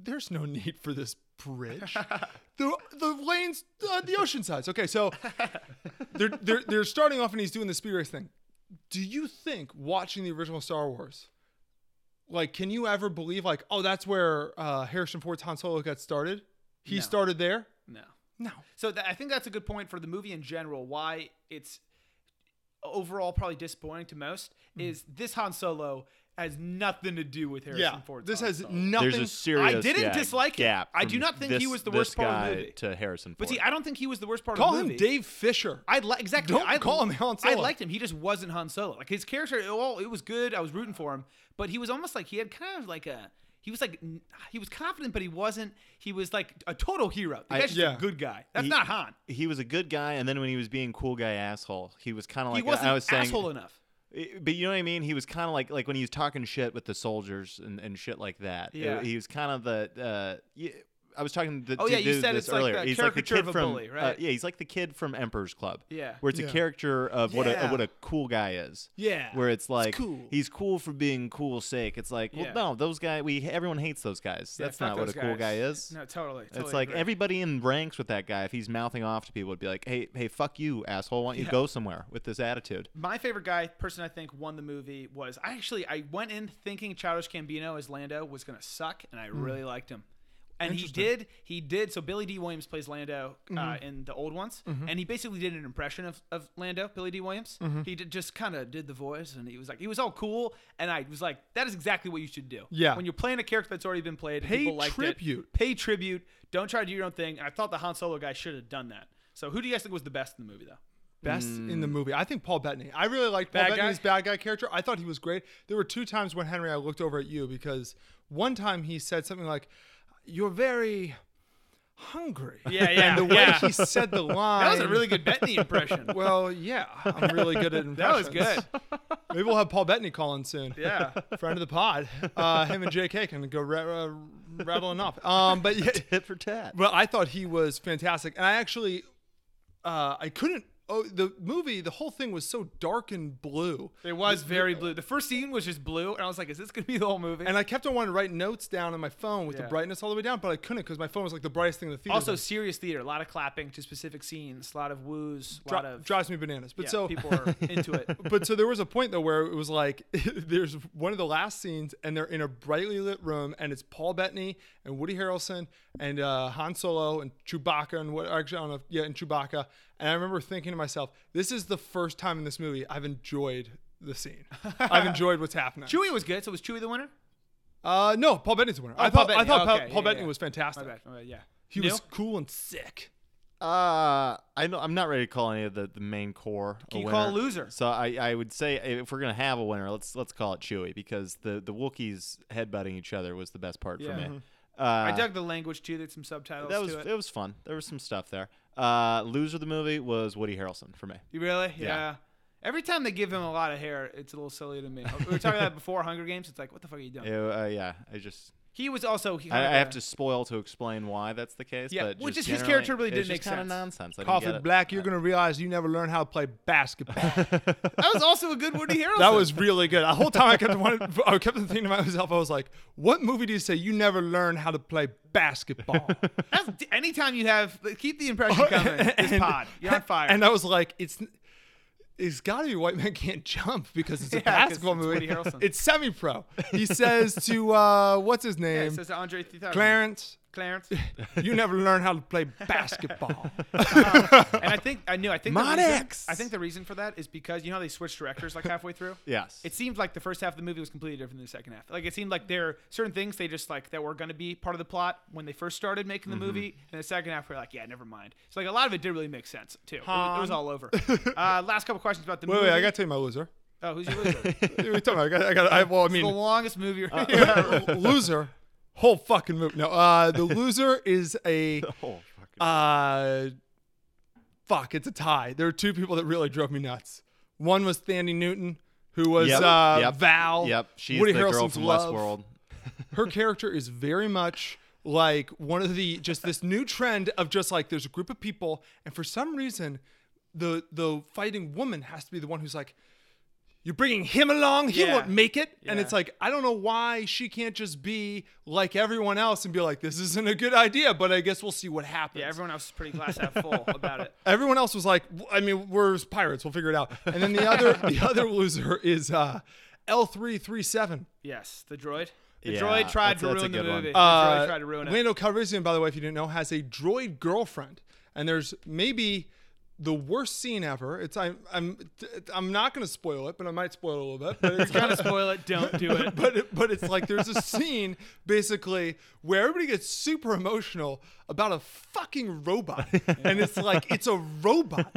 Speaker 6: "There's no need for this bridge. the the lanes, uh, the ocean sides. Okay, so they're they're they're starting off and he's doing the speed race thing. do you think watching the original Star Wars, like, can you ever believe like, oh, that's where uh, Harrison Ford's Han Solo got started? He
Speaker 3: No.
Speaker 6: started there.
Speaker 3: No.
Speaker 6: No.
Speaker 3: So tha I think that's a good point for the movie in general. Why it's overall probably disappointing to most is this Han Solo has nothing to do with Harrison
Speaker 6: Mm-hmm. Yeah.
Speaker 3: Ford's
Speaker 6: This
Speaker 3: Han
Speaker 6: has
Speaker 3: Solo.
Speaker 6: nothing.
Speaker 5: There's a serious
Speaker 3: didn't
Speaker 5: yeah,
Speaker 3: dislike it.
Speaker 5: gap
Speaker 3: I do
Speaker 5: from
Speaker 3: not think he
Speaker 5: this-
Speaker 3: was the
Speaker 5: this
Speaker 3: worst part of the
Speaker 5: guy
Speaker 3: movie.
Speaker 5: to Harrison Ford.
Speaker 3: But see, I don't think he was the worst part
Speaker 6: Call
Speaker 3: of the
Speaker 6: him
Speaker 3: movie.
Speaker 6: Dave Fisher.
Speaker 3: I li- exactly.
Speaker 6: Don't
Speaker 3: I,
Speaker 6: call him Han Solo.
Speaker 3: I liked him. He just wasn't Han Solo. Like his character, oh, it was good. I was rooting for him, but he was almost like he had kind of like a. He was like n- he was confident, but he wasn't. He was like a total hero. The
Speaker 5: I-
Speaker 3: guy's just
Speaker 6: yeah.
Speaker 3: a good guy. That's
Speaker 5: He-
Speaker 3: not Han.
Speaker 5: he was a good guy, and then when he was being cool guy asshole, he was kind of
Speaker 3: He
Speaker 5: like
Speaker 3: wasn't
Speaker 5: I was saying,
Speaker 3: asshole enough.
Speaker 5: I- But you know what I mean? He was kind of like like when he was talking shit with the soldiers and, and shit like that. It-
Speaker 3: Yeah.
Speaker 5: he was kind of the. Uh, y- I was talking to
Speaker 3: Oh,
Speaker 5: to
Speaker 3: yeah, you
Speaker 5: do
Speaker 3: said
Speaker 5: this
Speaker 3: it's like
Speaker 5: earlier.
Speaker 3: the
Speaker 5: he's like the
Speaker 3: caricature
Speaker 5: kid
Speaker 3: of a
Speaker 5: from
Speaker 3: bully,
Speaker 5: uh,
Speaker 3: right?
Speaker 5: yeah, he's like the kid from Emperor's Club.
Speaker 3: Yeah.
Speaker 5: where it's a
Speaker 6: Yeah.
Speaker 5: character of what a,
Speaker 3: Yeah.
Speaker 5: of what a cool guy is.
Speaker 3: Yeah.
Speaker 5: where it's like
Speaker 3: cool.
Speaker 5: he's cool for being cool sake. It's like
Speaker 3: Yeah.
Speaker 5: well, no, those guy we everyone hates those guys.
Speaker 3: Yeah,
Speaker 5: That's
Speaker 3: fuck
Speaker 5: not what a
Speaker 3: those
Speaker 5: cool
Speaker 3: guys.
Speaker 5: guy is.
Speaker 3: No, totally. totally
Speaker 5: it's like
Speaker 3: agree.
Speaker 5: everybody in ranks with that guy. If he's mouthing off to people, would be like, "Hey, hey, fuck you, asshole! Why don't you
Speaker 3: Yeah.
Speaker 5: go somewhere with this attitude?"
Speaker 3: My favorite guy, person I think won the movie was I actually I went in thinking Childish Gambino as Lando was gonna suck, and
Speaker 6: Hmm.
Speaker 3: I really liked him. And he did, he did. So Billy D. Williams plays Lando uh,
Speaker 6: Mm-hmm.
Speaker 3: in the old ones, and he basically did an impression of, of Lando, Billy D. Williams.
Speaker 6: Mm-hmm.
Speaker 3: He did, just kind of did the voice, and he was like, he was all cool, and I was like, that is exactly what you should do.
Speaker 6: Yeah.
Speaker 3: when you're playing a character that's already been played, and
Speaker 6: Pay
Speaker 3: people liked it,
Speaker 6: tribute.
Speaker 3: pay tribute. Don't try to do your own thing. And I thought the Han Solo guy should have done that. So who do you guys think was the best in the movie though?
Speaker 6: best in the movie. I think Paul Bettany. I really liked Paul
Speaker 3: Hmm. Bad guy?
Speaker 6: Bettany's bad guy character. I thought he was great. There were two times when Henry I looked over at you because one time he said something like, "You're very hungry."
Speaker 3: Yeah, yeah,
Speaker 6: And the way
Speaker 3: yeah.
Speaker 6: he said the line.
Speaker 3: That was a really good Bettany impression.
Speaker 6: Well, yeah, I'm really good at
Speaker 3: That was
Speaker 6: impressions.
Speaker 3: good.
Speaker 6: Maybe we'll have Paul Bettany calling soon.
Speaker 3: Yeah.
Speaker 6: friend of the pod. Uh, him and JK can go ra- uh, rattling up. Um, but yeah,
Speaker 5: Hit for tat.
Speaker 6: well, I thought he was fantastic, and I actually, uh, I couldn't. Oh, the movie, the whole thing was so dark and blue,
Speaker 3: It was very blue. The first scene was just blue, and I was like, "Is this gonna be the whole movie?"
Speaker 6: and I kept on wanting to write notes down on my phone with
Speaker 3: Yeah.
Speaker 6: the brightness all the way down, but I couldn't because my phone was like the brightest thing in the theater.
Speaker 3: also,
Speaker 6: Then.
Speaker 3: serious theater, a lot of clapping to specific scenes, a lot of woos, a
Speaker 6: Dri-
Speaker 3: lot of
Speaker 6: drives me bananas. But
Speaker 3: yeah,
Speaker 6: so
Speaker 3: people are into it.
Speaker 6: but so there was a point though where it was like there's one of the last scenes and they're in a brightly lit room and it's Paul Bettany and Woody Harrelson and uh, Han Solo and Chewbacca and what actually I don't know if, yeah and Chewbacca and I remember thinking to myself this is the first time in this movie I've enjoyed the scene I've enjoyed what's happening
Speaker 3: Chewie was good, so was Chewie the winner?
Speaker 6: uh no Paul Bettany's the winner I
Speaker 3: Oh, Paul
Speaker 6: thought I
Speaker 3: Bettany.
Speaker 6: thought
Speaker 3: Okay,
Speaker 6: Paul,
Speaker 3: yeah,
Speaker 6: Paul Bettany
Speaker 3: yeah.
Speaker 6: was fantastic
Speaker 3: My bad, my bad, yeah.
Speaker 6: he
Speaker 3: Neil?
Speaker 6: was cool and sick
Speaker 5: Uh, I know I'm not ready to call any of the, the main core.
Speaker 3: Can
Speaker 5: a
Speaker 3: you call
Speaker 5: winner.
Speaker 3: a loser?
Speaker 5: So I, I would say if we're gonna have a winner, let's let's call it Chewy because the the Wookiees headbutting each other was the best part
Speaker 3: Yeah.
Speaker 5: for me.
Speaker 3: Mhm.
Speaker 5: Uh,
Speaker 3: I dug the language too. There's some subtitles
Speaker 5: that was
Speaker 3: to
Speaker 5: it.
Speaker 3: it.
Speaker 5: was fun. There was some stuff there. Uh, loser of the movie was Woody Harrelson for me.
Speaker 3: You really? Yeah.
Speaker 5: Yeah.
Speaker 3: Every time they give him a lot of hair, it's a little silly to me. We were talking about it before Hunger Games. It's like, what the fuck are you doing?
Speaker 5: Ew, uh, yeah, I just
Speaker 3: He was also. He
Speaker 5: I,
Speaker 3: kinda-
Speaker 5: I have to spoil to explain why that's the case.
Speaker 3: Yeah,
Speaker 5: but
Speaker 3: well,
Speaker 5: just
Speaker 3: just his
Speaker 5: generally,
Speaker 3: character really
Speaker 5: it's
Speaker 3: didn't
Speaker 5: just kinda
Speaker 3: make sense.
Speaker 5: Nonsense. I didn't get
Speaker 6: Coffee
Speaker 5: it.
Speaker 6: Black you're gonna realize you never learned how to play basketball.
Speaker 3: That was also a good Woody Harrelson.
Speaker 6: That was really good. The whole time I kept wanting, I kept thinking to myself, I was like, "What movie do you say you never learn how to play basketball?"
Speaker 3: That's, anytime you have, keep the impression coming. This pod, you're on fire.
Speaker 6: And I was like, "It's, it's got to be White Man Can't Jump because it's a
Speaker 3: 'cause
Speaker 6: basketball
Speaker 3: it's
Speaker 6: movie.
Speaker 3: Woody Harrelson.
Speaker 6: It's semi-pro." He says to uh, what's his
Speaker 3: Yeah,
Speaker 6: name,
Speaker 3: it says uh, Andre 3000.
Speaker 6: Clarence,
Speaker 3: Clarence.
Speaker 6: "You never learn how to play basketball."
Speaker 3: and I think I knew. I think the reason,
Speaker 6: Monix!
Speaker 3: I think the reason for that is because you know how they switched directors like halfway through.
Speaker 5: Yes.
Speaker 3: It seemed like the first half of the movie was completely different than the second half. Like it seemed like there are certain things they just like that were going to be part of the plot when they first started making the
Speaker 5: Mm-hmm.
Speaker 3: movie, and the second half we're like, yeah, never mind. So like a lot of it did really make sense too. It was, it was all over. uh, last couple questions about the
Speaker 6: wait,
Speaker 3: movie.
Speaker 6: wait, I got to tell you my loser.
Speaker 3: Oh, who's your loser? It's
Speaker 6: What are you talking about? I got, I got, I, well, I
Speaker 3: the
Speaker 6: mean,
Speaker 3: longest movie.
Speaker 5: uh,
Speaker 3: You're
Speaker 6: loser, whole fucking movie. No, uh, the loser is a.
Speaker 5: Oh, fucking-
Speaker 6: Uh, fuck, it's a tie. There are two people that really drove me nuts. One was Thandi Newton, who was
Speaker 5: Yep,
Speaker 6: uh,
Speaker 5: yep,
Speaker 6: Val.
Speaker 5: Yep, she's
Speaker 6: Woody
Speaker 5: the
Speaker 6: Harrelson's
Speaker 5: girl from
Speaker 6: love.
Speaker 5: Westworld.
Speaker 6: Her character is very much like one of the just this new trend of just like there's a group of people, and for some reason, the the fighting woman has to be the one who's like. You're bringing him along. He
Speaker 3: Yeah.
Speaker 6: won't make it. And
Speaker 3: Yeah.
Speaker 6: it's like I don't know why she can't just be like everyone else and be like, this isn't a good idea. But I guess we'll see what happens.
Speaker 3: Yeah, everyone else is pretty glass half full about it.
Speaker 6: Everyone else was like, "W- I mean, we're pirates. We'll figure it out. And then the other the other loser is uh, L three three seven.
Speaker 3: Yes, the droid. The
Speaker 5: Yeah,
Speaker 3: droid tried
Speaker 5: that's-
Speaker 3: to
Speaker 5: that's a
Speaker 3: ruin the
Speaker 5: good one.
Speaker 3: movie. the
Speaker 6: Uh,
Speaker 3: droid tried to ruin it.
Speaker 6: Lando Calrissian, by the way, if you didn't know, has a droid girlfriend, and there's maybe the worst scene ever. It's I'm I'm I'm not going to spoil it, but I might spoil it a little bit. But it's
Speaker 3: Trying to spoil it. Don't do it.
Speaker 6: but it, but it's like there's a scene basically where everybody gets super emotional about a fucking robot, and it's like it's a robot.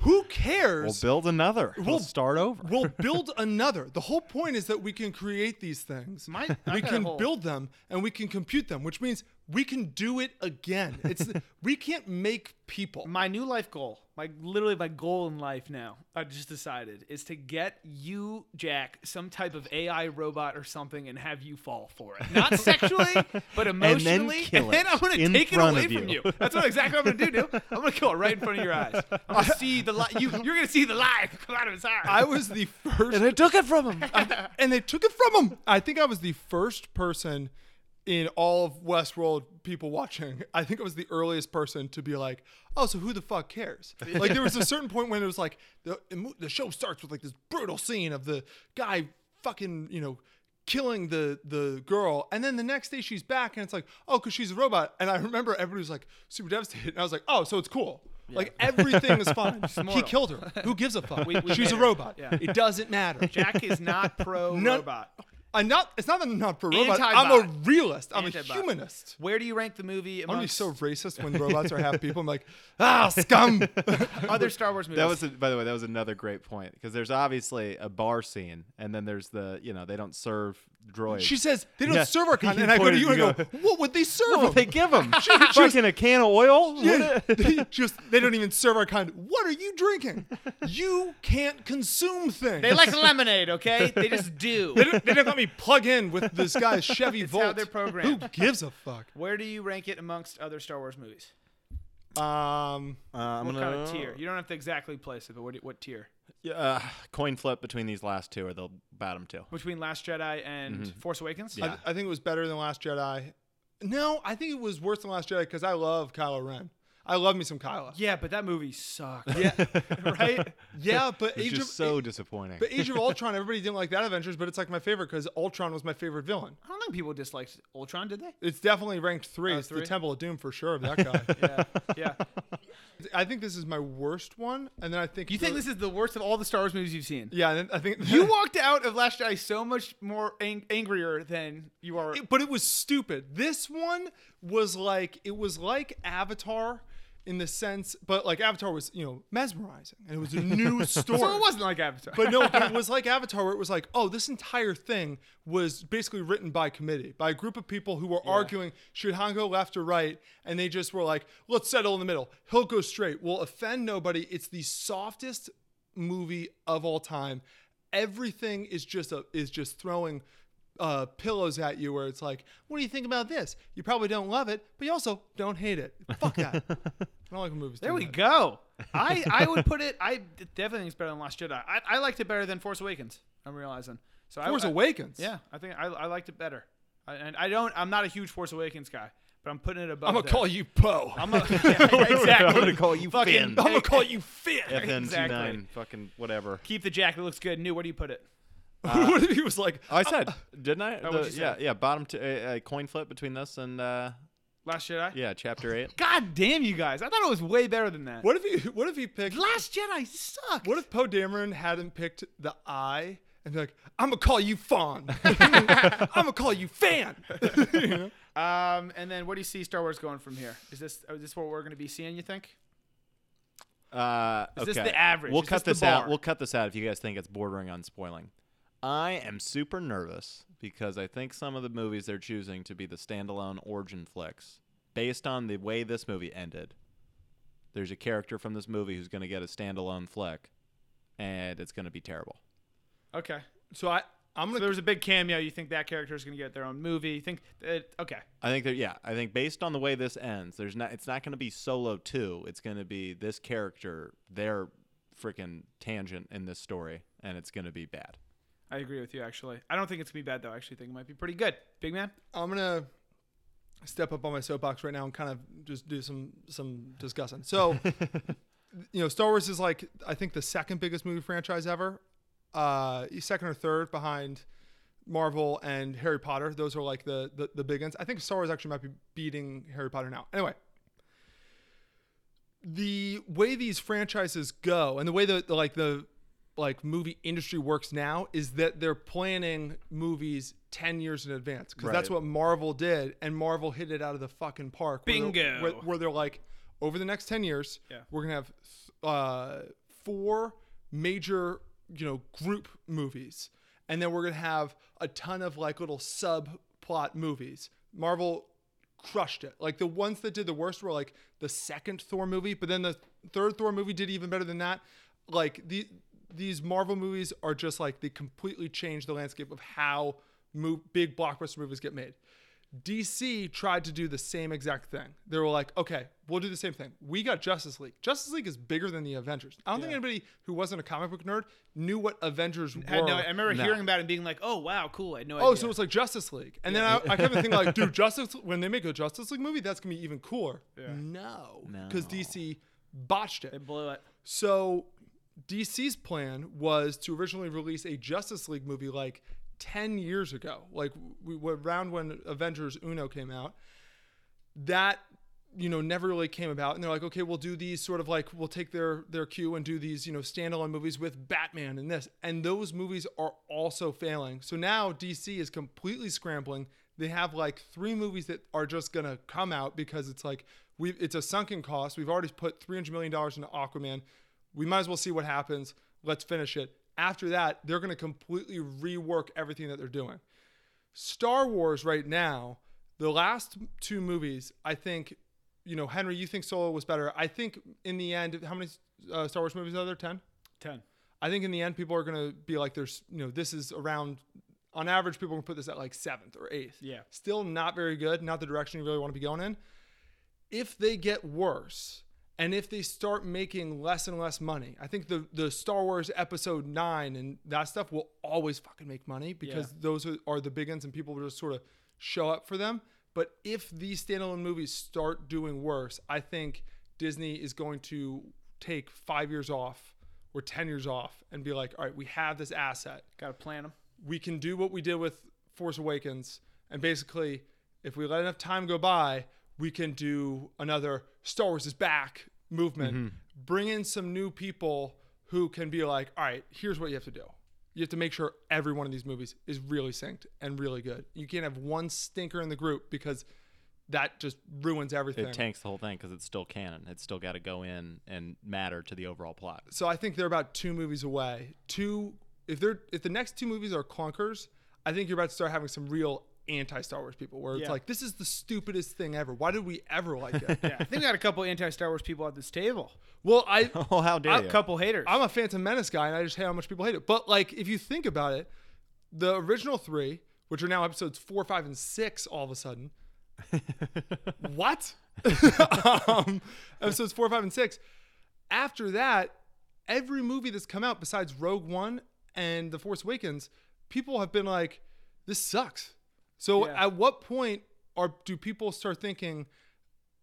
Speaker 6: Who cares?
Speaker 5: We'll build another. We'll, start over.
Speaker 6: We'll build another. The whole point is that we can create these things.
Speaker 3: My- I
Speaker 6: we
Speaker 3: got a
Speaker 6: can
Speaker 3: whole-
Speaker 6: build them and we can compute them, which means we can do it again. It's we can't make people.
Speaker 3: my new life goal, my literally my goal in life now, I just decided is to get you, Jack, some type of AI robot or something, and have you fall for it. Not sexually, but
Speaker 5: then
Speaker 3: emotionally.
Speaker 5: kill
Speaker 3: and then
Speaker 5: it
Speaker 3: I'm gonna
Speaker 5: in
Speaker 3: take it
Speaker 5: front
Speaker 3: away
Speaker 5: of
Speaker 3: from you.
Speaker 5: you.
Speaker 3: That's what exactly what I'm gonna do, dude. I'm gonna kill it right in front of your eyes. I'm gonna see the light. You, you're gonna see the light come out of his eyes.
Speaker 6: I was the first
Speaker 5: they took it from him.
Speaker 6: and they took it from him. I think I was the first person in all of Westworld people watching. I think I was the earliest person to be like, "Oh, so who the fuck cares?" Like there was a certain point when it was like the it mo- the show starts with like this brutal scene of the guy fucking you know killing the the girl and then the next day she's back and it's like oh because she's a robot and i remember everybody was like super devastated and i was like oh so it's cool like everything is fine he
Speaker 3: mortal.
Speaker 6: killed her who gives a fuck
Speaker 3: We- we
Speaker 6: she's a
Speaker 3: made her.
Speaker 6: robot
Speaker 3: Yeah.
Speaker 6: it doesn't matter
Speaker 3: Jack is not pro
Speaker 6: No-
Speaker 3: robot.
Speaker 6: I'm not. It's not that I'm not pro robot.
Speaker 3: Antibot.
Speaker 6: I'm a realist. I'm
Speaker 3: Antibot.
Speaker 6: a humanist.
Speaker 3: Where do you rank the movie
Speaker 6: I'm gonna be
Speaker 3: amongst
Speaker 6: so racist when robots are half people. I'm like, ah, scum.
Speaker 3: other Star Wars movies?
Speaker 5: That was, a, by the way, that was another great point because there's obviously a bar scene, and then there's the, you know, they don't serve droids.
Speaker 6: she says they don't
Speaker 5: Yeah.
Speaker 6: serve our kind,
Speaker 5: You
Speaker 6: and I go to
Speaker 5: pointed-
Speaker 6: you and I
Speaker 5: you
Speaker 6: go, what would they serve?
Speaker 5: What would they
Speaker 6: them?"
Speaker 5: give him? Fucking a can of oil?
Speaker 6: Yeah,
Speaker 5: Uh,
Speaker 6: they just they don't even serve our kind. What are you drinking? You can't consume things.
Speaker 3: they like lemonade, okay? They just do.
Speaker 6: They don't, they don't let me plug in with this guy's Chevy
Speaker 3: It's how
Speaker 6: Volt.
Speaker 3: they're
Speaker 6: Who
Speaker 3: programmed.
Speaker 6: gives a fuck?
Speaker 3: Where do you rank it amongst other Star Wars movies?
Speaker 6: Um,
Speaker 5: I'm
Speaker 3: What
Speaker 5: gonna-
Speaker 3: kind of tier? You don't have to exactly place it, but what, what tier?
Speaker 5: Yeah, Uh, coin flip between these last two or the bottom two.
Speaker 3: Between Last Jedi and
Speaker 6: Mm-hmm.
Speaker 3: Force Awakens? Uh,
Speaker 5: Yeah.
Speaker 6: I, I think it was better than Last Jedi. No, I think it was worse than Last Jedi because I love Kylo Ren. I love me some Kylo.
Speaker 3: Yeah, but that movie sucked. Yeah. right?
Speaker 6: Yeah, but
Speaker 5: It's
Speaker 6: Age of,
Speaker 5: just so disappointing.
Speaker 6: but Age of Ultron, everybody didn't like that Avengers, but it's like my favorite because Ultron was my favorite villain.
Speaker 3: I don't think people disliked Ultron, did they?
Speaker 6: It's definitely ranked three.
Speaker 3: Oh,
Speaker 6: it's
Speaker 3: three?
Speaker 6: the Temple of Doom for sure of that guy.
Speaker 3: Yeah. Yeah.
Speaker 6: I think this is my worst one, and then I think
Speaker 3: You think this is the worst of all the Star Wars movies you've seen?
Speaker 6: Yeah, and then I think
Speaker 3: You walked out of Last Jedi so much more ang- angrier than you are.
Speaker 6: It- but it was stupid. This one was like it was like Avatar in the sense, but like Avatar was you know mesmerizing, and it was a new story.
Speaker 3: so it wasn't like Avatar.
Speaker 6: But no, but it was like Avatar, where it was like, oh, this entire thing was basically written by committee, by a group of people who were arguing should Han go left or right, and they just were like, let's settle in the middle. He'll go straight. We'll offend nobody. It's the softest movie of all time. Everything is just a is just throwing uh, pillows at you, where it's like, what do you think about this? You probably don't love it, but you also don't hate it. Fuck that. I don't like when movies.
Speaker 3: there
Speaker 6: do
Speaker 3: we
Speaker 6: that.
Speaker 3: go. I, I would put it, I definitely think it's better than Last Jedi. I, I liked it better than Force Awakens, I'm realizing. So I-
Speaker 6: Force
Speaker 3: I,
Speaker 6: Awakens.
Speaker 3: Yeah, I think I, I liked it better. I, and I don't. I'm not a huge Force Awakens guy, but I'm putting it above.
Speaker 6: I'm gonna
Speaker 3: there.
Speaker 6: call you Poe.
Speaker 3: I'm a, yeah, exactly.
Speaker 5: I'm gonna call you
Speaker 3: fucking.
Speaker 5: Finn. I'm gonna
Speaker 3: call you Finn.
Speaker 5: FN29,
Speaker 3: Exactly.
Speaker 5: fucking whatever.
Speaker 3: Keep the jacket. Looks good. New. Where do you put it?
Speaker 6: what if he was like, uh,
Speaker 5: Oh, I said, didn't I?
Speaker 3: Oh, what'd
Speaker 5: The-
Speaker 3: you say?
Speaker 5: yeah, yeah. Bottom two, uh, uh, coin flip between this and uh,
Speaker 3: Last Jedi.
Speaker 5: yeah, chapter eight.
Speaker 3: God damn you guys! I thought it was way better than that.
Speaker 6: What if he? What if he picked?
Speaker 3: Last Jedi sucked.
Speaker 6: What if Poe Dameron hadn't picked the I and be like, "I'm gonna call you Fawn. I'm gonna call you Fan."
Speaker 3: Um, and then what do you see Star Wars going from here? Is this is this what we're gonna be seeing? You think?
Speaker 5: Uh,
Speaker 3: Is this
Speaker 5: okay.
Speaker 3: the average?
Speaker 5: We'll
Speaker 3: Is
Speaker 5: cut
Speaker 3: this
Speaker 5: this,
Speaker 3: the bar?
Speaker 5: out. We'll cut this out if you guys think it's bordering on spoiling. I am super nervous because I think some of the movies they're choosing to be the standalone origin flicks, based on the way this movie ended. There's a character from this movie who's going to get a standalone flick, and it's going to be terrible.
Speaker 3: Okay.
Speaker 6: So I, I'm
Speaker 3: So
Speaker 6: gonna.
Speaker 3: there was a big cameo. You think that character is gonna get their own movie? You think? It, okay.
Speaker 5: I think that yeah, I think based on the way this ends, there's not it's not going to be solo 2, it's going to be this character their freaking tangent in this story, and it's gonna be bad.
Speaker 3: I agree with you, actually. I don't think it's going to be bad, though. I actually think it might be pretty good. Big man?
Speaker 6: I'm gonna step up on my soapbox right now and kind of just do some some discussing. So, you know, Star Wars is like I think the second biggest movie franchise ever, uh, second or third behind Marvel and Harry Potter. Those are like the the, the big ones. I think Star Wars actually might be beating Harry Potter now. Anyway. The way these franchises go, and the way that like the like movie industry works now is that they're planning movies 10 years in advance because that's
Speaker 5: Right.
Speaker 6: what Marvel did and Marvel hit it out of the fucking park. where they're-
Speaker 3: Bingo.
Speaker 6: Where, where they're like over the next 10 years,
Speaker 3: Yeah.
Speaker 6: we're going to have uh, four major, you know, group movies and then we're going to have a ton of like little subplot movies. Marvel crushed it. Like the ones that did the worst were like the second Thor movie, but then the third Thor movie did even better than that. Like the these Marvel movies are just like they completely change the landscape of how mo- big blockbuster movies get made. DC tried to do the same exact thing. They were like, okay, we'll do the same thing. We got Justice League. Justice League is bigger than the Avengers. I don't think anybody who wasn't a comic book nerd knew what Avengers
Speaker 3: I, had
Speaker 6: were.
Speaker 3: no, I remember hearing about it and being like, oh, wow, cool. I had no
Speaker 6: Oh,
Speaker 3: idea.
Speaker 6: so it's like Justice League, and then I, I kept thinking like, dude, Justice when they make a Justice League movie, that's gonna be even cooler. No, because DC botched it.
Speaker 3: It blew it.
Speaker 6: So DC's plan was to originally release a Justice League movie like ten years ago, like we were around when Avengers Uno came out. That you know never really came about, and they're like, okay, we'll do these sort of like we'll take their their cue and do these you know standalone movies with Batman and this, and those movies are also failing. So now DC is completely scrambling. They have like three movies that are just gonna come out because it's like we it's a sunken cost. We've already put three hundred million dollars into Aquaman we might as well see what happens. Let's finish it. After that, they're going to completely rework everything that they're doing. Star Wars right now, the last two movies, I think, you know, Henry, you think Solo was better. I think in the end, how many uh, Star Wars movies are there? 10?
Speaker 3: 10.
Speaker 6: I think in the end, people are going to be like, there's, you know, this is around, on average, people can put this at like seventh or eighth.
Speaker 3: Yeah.
Speaker 6: Still not very good, not the direction you really want to be going in. If they get worse and if they start making less and less money, I think the, the Star Wars episode nine and that stuff will always fucking make money because
Speaker 3: Yeah.
Speaker 6: those are, are the big ones and people will just sort of show up for them. But if these standalone movies start doing worse, I think Disney is going to take five years off or 10 years off and be like, all right, we have this asset.
Speaker 3: Got to plan them.
Speaker 6: We can do what we did with Force Awakens. And basically, if we let enough time go by, we can do another Star Wars is back movement.
Speaker 5: Mm-hmm.
Speaker 6: Bring in some new people who can be like, all right, here's what you have to do. You have to make sure every one of these movies is really synced and really good. You can't have one stinker in the group because that just ruins everything.
Speaker 5: It tanks the whole thing because it's still canon. It's still got to go in and matter to the overall plot.
Speaker 6: so I think they're about two movies away. Two, if they're if the next two movies are clunkers, I think you're about to start having some real anti Star Wars people where it's
Speaker 3: Yeah.
Speaker 6: like, this is the stupidest thing ever. Why did we ever like it?
Speaker 3: Yeah, I think we got a couple anti Star Wars people at this table.
Speaker 6: Well, I
Speaker 5: Oh, how dare
Speaker 3: A
Speaker 5: you?
Speaker 3: couple haters.
Speaker 6: I'm a Phantom Menace guy, and I just hate how much people hate it. But like, if you think about it, the original three, which are now episodes four, five, and six, all of a sudden, what? um, episodes four, five, and six. After that, every movie that's come out besides Rogue One and The Force Awakens, people have been like, "This sucks." So,
Speaker 3: Yeah.
Speaker 6: at what point are do people start thinking,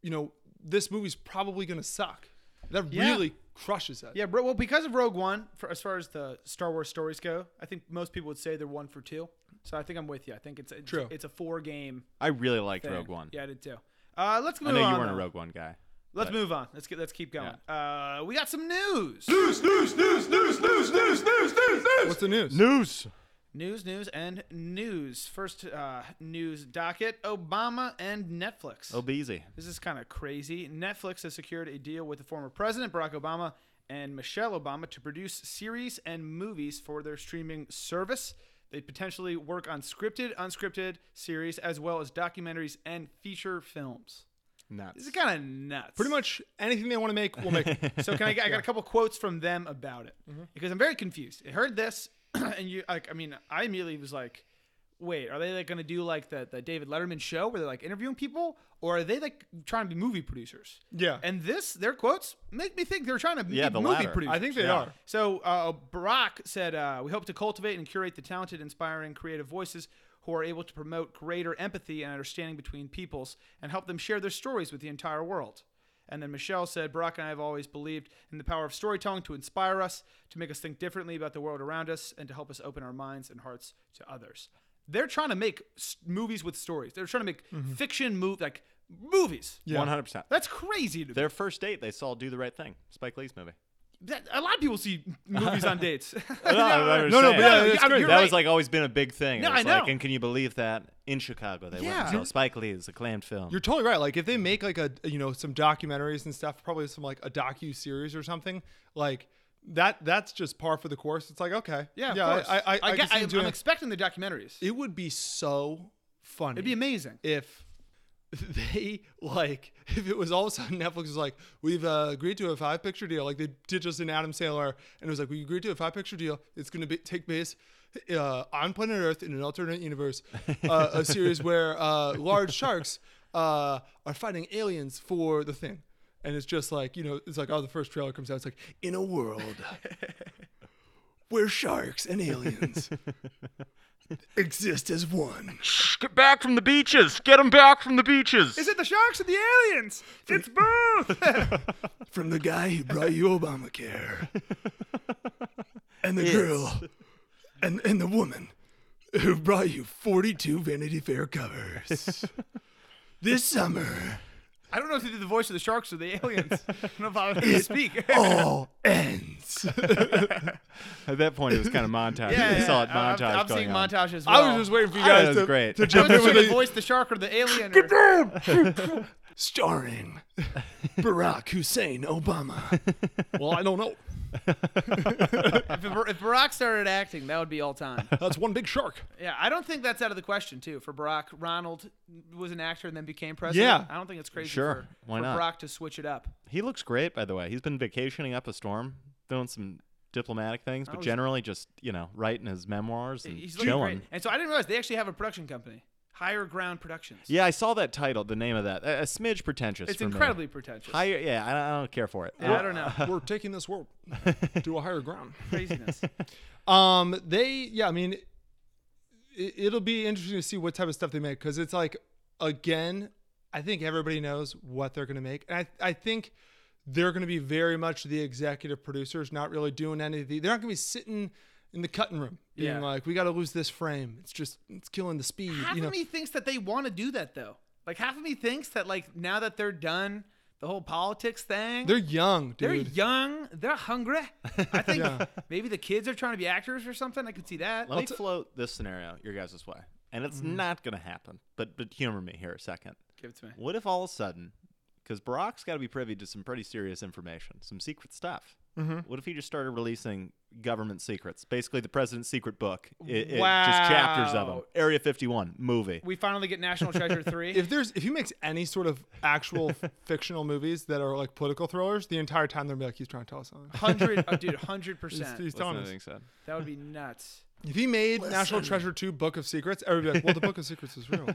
Speaker 6: you know, this movie's probably gonna suck? That
Speaker 3: Yeah.
Speaker 6: really crushes it.
Speaker 3: Yeah, bro. Well, because of Rogue One, for, as far as the Star Wars stories go, I think most people would say they're one for two. So I think I'm with you. I think it's it's,
Speaker 6: True.
Speaker 3: it's a four game.
Speaker 5: I really liked Rogue One.
Speaker 3: Yeah, I did too. Uh, let's move
Speaker 5: I know
Speaker 3: on.
Speaker 5: you weren't a
Speaker 3: though.
Speaker 5: Rogue One guy.
Speaker 3: Let's
Speaker 5: but-
Speaker 3: move on. Let's get let's keep going. Uh, we got some news.
Speaker 6: What's the news?
Speaker 5: News.
Speaker 3: News, news, and news. First uh, news docket: Obama and Netflix.
Speaker 5: It'll be easy.
Speaker 3: This is kind of crazy. Netflix has secured a deal with the former president, Barack Obama, and Michelle Obama to produce series and movies for their streaming service. They potentially work on scripted, unscripted series, as well as documentaries and feature films.
Speaker 5: Nuts.
Speaker 3: This is kind of nuts.
Speaker 6: Pretty much anything they want to make, we'll make. it.
Speaker 3: So can I, I got a couple quotes from them
Speaker 5: Mm-hmm.
Speaker 3: about it because I'm very confused. I heard this, and you like. I mean, I immediately was like, wait, are they like going to do like the, the David Letterman show where they're like interviewing people, or are they like trying to be movie producers?
Speaker 6: Yeah.
Speaker 3: And this, their quotes make me think they're trying to
Speaker 5: Yeah,
Speaker 3: be
Speaker 5: the
Speaker 3: movie
Speaker 5: latter.
Speaker 3: producers.
Speaker 6: I think they
Speaker 5: Yeah.
Speaker 6: are.
Speaker 3: So uh, Barack said, uh, "We hope to cultivate and curate the talented, inspiring, creative voices who are able to promote greater empathy and understanding between peoples and help them share their stories with the entire world." And then Michelle said, "Barack and I have always believed in the power of storytelling to inspire us, to make us think differently about the world around us, and to help us open our minds and hearts to others." They're trying to make s- movies with stories. They're trying to make
Speaker 6: Mm-hmm.
Speaker 3: fiction move like movies.
Speaker 5: One hundred percent.
Speaker 3: That's crazy. To me.
Speaker 5: Their first date, they saw "Do the Right Thing," Spike Lee's movie.
Speaker 3: That, a lot of people see movies on dates.
Speaker 5: No, no,
Speaker 6: no, but yeah,
Speaker 3: you're-
Speaker 6: that's great.
Speaker 5: that
Speaker 3: you're
Speaker 5: was
Speaker 3: right.
Speaker 5: like always been a big thing.
Speaker 3: No,
Speaker 5: It was
Speaker 3: I know.
Speaker 5: Like, and can you believe that in Chicago they went
Speaker 3: Yeah.
Speaker 5: and saw Spike Lee's acclaimed film?
Speaker 6: You're totally right. Like if they make like a you know some documentaries and stuff, probably some like a docu series or something like that. That's just par for the course. It's like okay,
Speaker 3: Yeah,
Speaker 6: yeah.
Speaker 3: of course.
Speaker 6: I, I, I, I
Speaker 3: get-
Speaker 6: can see them
Speaker 3: I'm-
Speaker 6: doing
Speaker 3: I'm
Speaker 6: it.
Speaker 3: expecting the documentaries.
Speaker 6: it would be so funny.
Speaker 3: It'd be amazing.
Speaker 6: if they like if it was all of a sudden Netflix was like we've uh, agreed to a five picture deal like they did just in Adam Sandler and it was like we agreed to a five picture deal it's going to be take place uh, on planet Earth in an alternate universe uh, a series where uh, large sharks uh, are fighting aliens for the thing and it's just like you know it's like oh the first trailer comes out it's like in a world where sharks and aliens exist as one
Speaker 7: Get back from the beaches. Get them back from the beaches.
Speaker 3: Is it the sharks or the aliens? It's both.
Speaker 6: from the guy who brought you Obamacare, and the girl, and and the woman who brought you 42 Vanity Fair covers. this summer,
Speaker 3: I don't know if they did the voice of the sharks or the aliens. I don't know if I can speak. yeah,
Speaker 6: all ends.
Speaker 5: At that point, it was kind of montage.
Speaker 3: yeah,
Speaker 5: you
Speaker 3: yeah.
Speaker 5: saw it
Speaker 3: I'm-
Speaker 5: montage.
Speaker 3: I'm, I'm
Speaker 5: going
Speaker 3: seeing
Speaker 5: on.
Speaker 3: montage as well.
Speaker 6: waiting for you
Speaker 5: I thought it was great.
Speaker 3: I don't know if they voice the shark or the alien. Or,
Speaker 6: starring Barack Hussein Obama. well, I don't know.
Speaker 3: if, Bar- if Barack started acting, that would be all time.
Speaker 6: That's one big shark.
Speaker 3: Yeah, I don't think that's out of the question too. For Barack, Ronald was an actor and then became president.
Speaker 6: Yeah.
Speaker 3: I don't think it's crazy.
Speaker 5: Sure.
Speaker 3: For,
Speaker 5: Why
Speaker 3: for
Speaker 5: not?
Speaker 3: Barack to switch it up.
Speaker 5: He looks great, by the way. He's been vacationing up a storm, doing some diplomatic things, but
Speaker 3: Oh, he's-
Speaker 5: generally just you know writing his memoirs and
Speaker 3: He's looking
Speaker 5: chilling.
Speaker 3: great. And so I didn't realize they actually have a production company, Higher Ground Productions.
Speaker 5: Yeah, I saw that title, the name of that. A, a smidge pretentious.
Speaker 3: It's
Speaker 5: for me.
Speaker 3: incredibly pretentious.
Speaker 5: Higher, yeah, I, I don't care for it. Uh,
Speaker 3: Yeah, I don't know.
Speaker 6: We're taking this world to a higher ground.
Speaker 3: Craziness.
Speaker 6: Um, they, yeah, I mean, it, it'll be interesting to see what type of stuff they make because it's like, again, I think everybody knows what they're going to make, and I, I think they're going to be very much the executive producers, not really doing any of the. They're not going to be sitting in the cutting room being
Speaker 3: Yeah.
Speaker 6: like, "We got to lose this frame. It's just it's killing the speed."
Speaker 3: half
Speaker 6: you know,
Speaker 3: of me thinks that they want to do that though. Like half of me thinks that like now that they're done the whole politics thing,
Speaker 6: they're young,
Speaker 3: they're
Speaker 6: dude.
Speaker 3: young, they're hungry. I think
Speaker 6: Yeah.
Speaker 3: maybe the kids are trying to be actors or something. I could see that.
Speaker 5: Let me float this scenario your guys' way, and it's
Speaker 3: Mm.
Speaker 5: not going to happen. But but humor me here a second.
Speaker 3: Give it to me.
Speaker 5: What if all of a sudden, because Barack's got to be privy to some pretty serious information, some secret stuff.
Speaker 3: Mm-hmm.
Speaker 5: What if he just started releasing government secrets, basically the president's secret book, it, it, just chapters of them.
Speaker 3: Wow.
Speaker 5: Area 51 movie.
Speaker 3: We finally get National Treasure three.
Speaker 6: If there's if he makes any sort of actual fictional movies that are like political thrillers, the entire time they're gonna be like he's trying to tell us something.
Speaker 3: hundred, oh, dude, hundred
Speaker 6: He's, he's
Speaker 3: percent.
Speaker 6: telling us.
Speaker 3: That would be nuts.
Speaker 6: If he made National Treasure 2 Book of Secrets, everybody would be like, well, the Book of Secrets is real.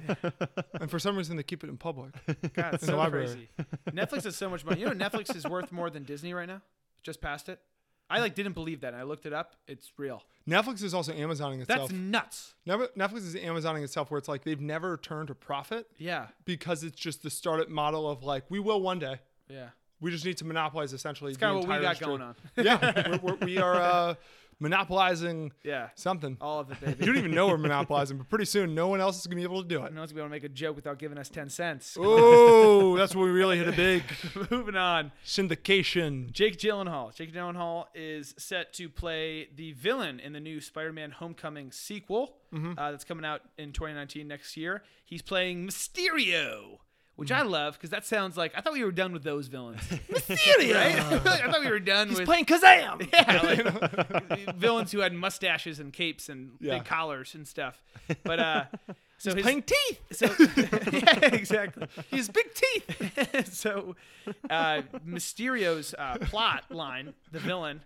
Speaker 6: and for some reason, they keep it in public.
Speaker 3: God, it's
Speaker 6: In the
Speaker 3: so
Speaker 6: library.
Speaker 3: crazy. Netflix has so much money. You know, Netflix is worth more than Disney right now. Just past it. I like didn't believe that. and I looked it up. It's real.
Speaker 6: Netflix is also Amazoning
Speaker 3: That's
Speaker 6: itself.
Speaker 3: nuts.
Speaker 6: Never- Netflix is Amazoning itself where it's like they've never turned a profit
Speaker 3: Yeah.
Speaker 6: because it's just the startup model of like, we will one day.
Speaker 3: Yeah.
Speaker 6: We just need to monopolize essentially
Speaker 3: It's
Speaker 6: the
Speaker 3: kind of what we
Speaker 6: entire
Speaker 3: got
Speaker 6: industry.
Speaker 3: going on.
Speaker 6: Yeah, we're, we're, we are uh, monopolizing
Speaker 3: Yeah.
Speaker 6: something.
Speaker 3: All of it,
Speaker 6: you
Speaker 3: baby.
Speaker 6: don't even know we're monopolizing, but pretty soon no one else is going to be able to do it.
Speaker 3: No one's gonna be able to make a joke without giving us ten cents.
Speaker 6: Oh, that's when we really hit a big
Speaker 3: Moving on.
Speaker 6: syndication.
Speaker 3: Jake Gyllenhaal. Jake Gyllenhaal is set to play the villain in the new Spider-Man: Homecoming sequel
Speaker 6: Mm-hmm.
Speaker 3: uh, that's coming out in 2019 next year. He's playing Mysterio, which
Speaker 6: Mm.
Speaker 3: I love because that sounds like I thought we were done with those villains. Mysterio. right? I thought we were done with
Speaker 6: Playing Kazam!
Speaker 3: yeah, like, villains who had mustaches and capes and
Speaker 6: Yeah.
Speaker 3: big collars and stuff. But uh, so his-
Speaker 6: teeth!
Speaker 3: So yeah, exactly. He has big teeth. so uh, Mysterio's uh, plot line, the villain,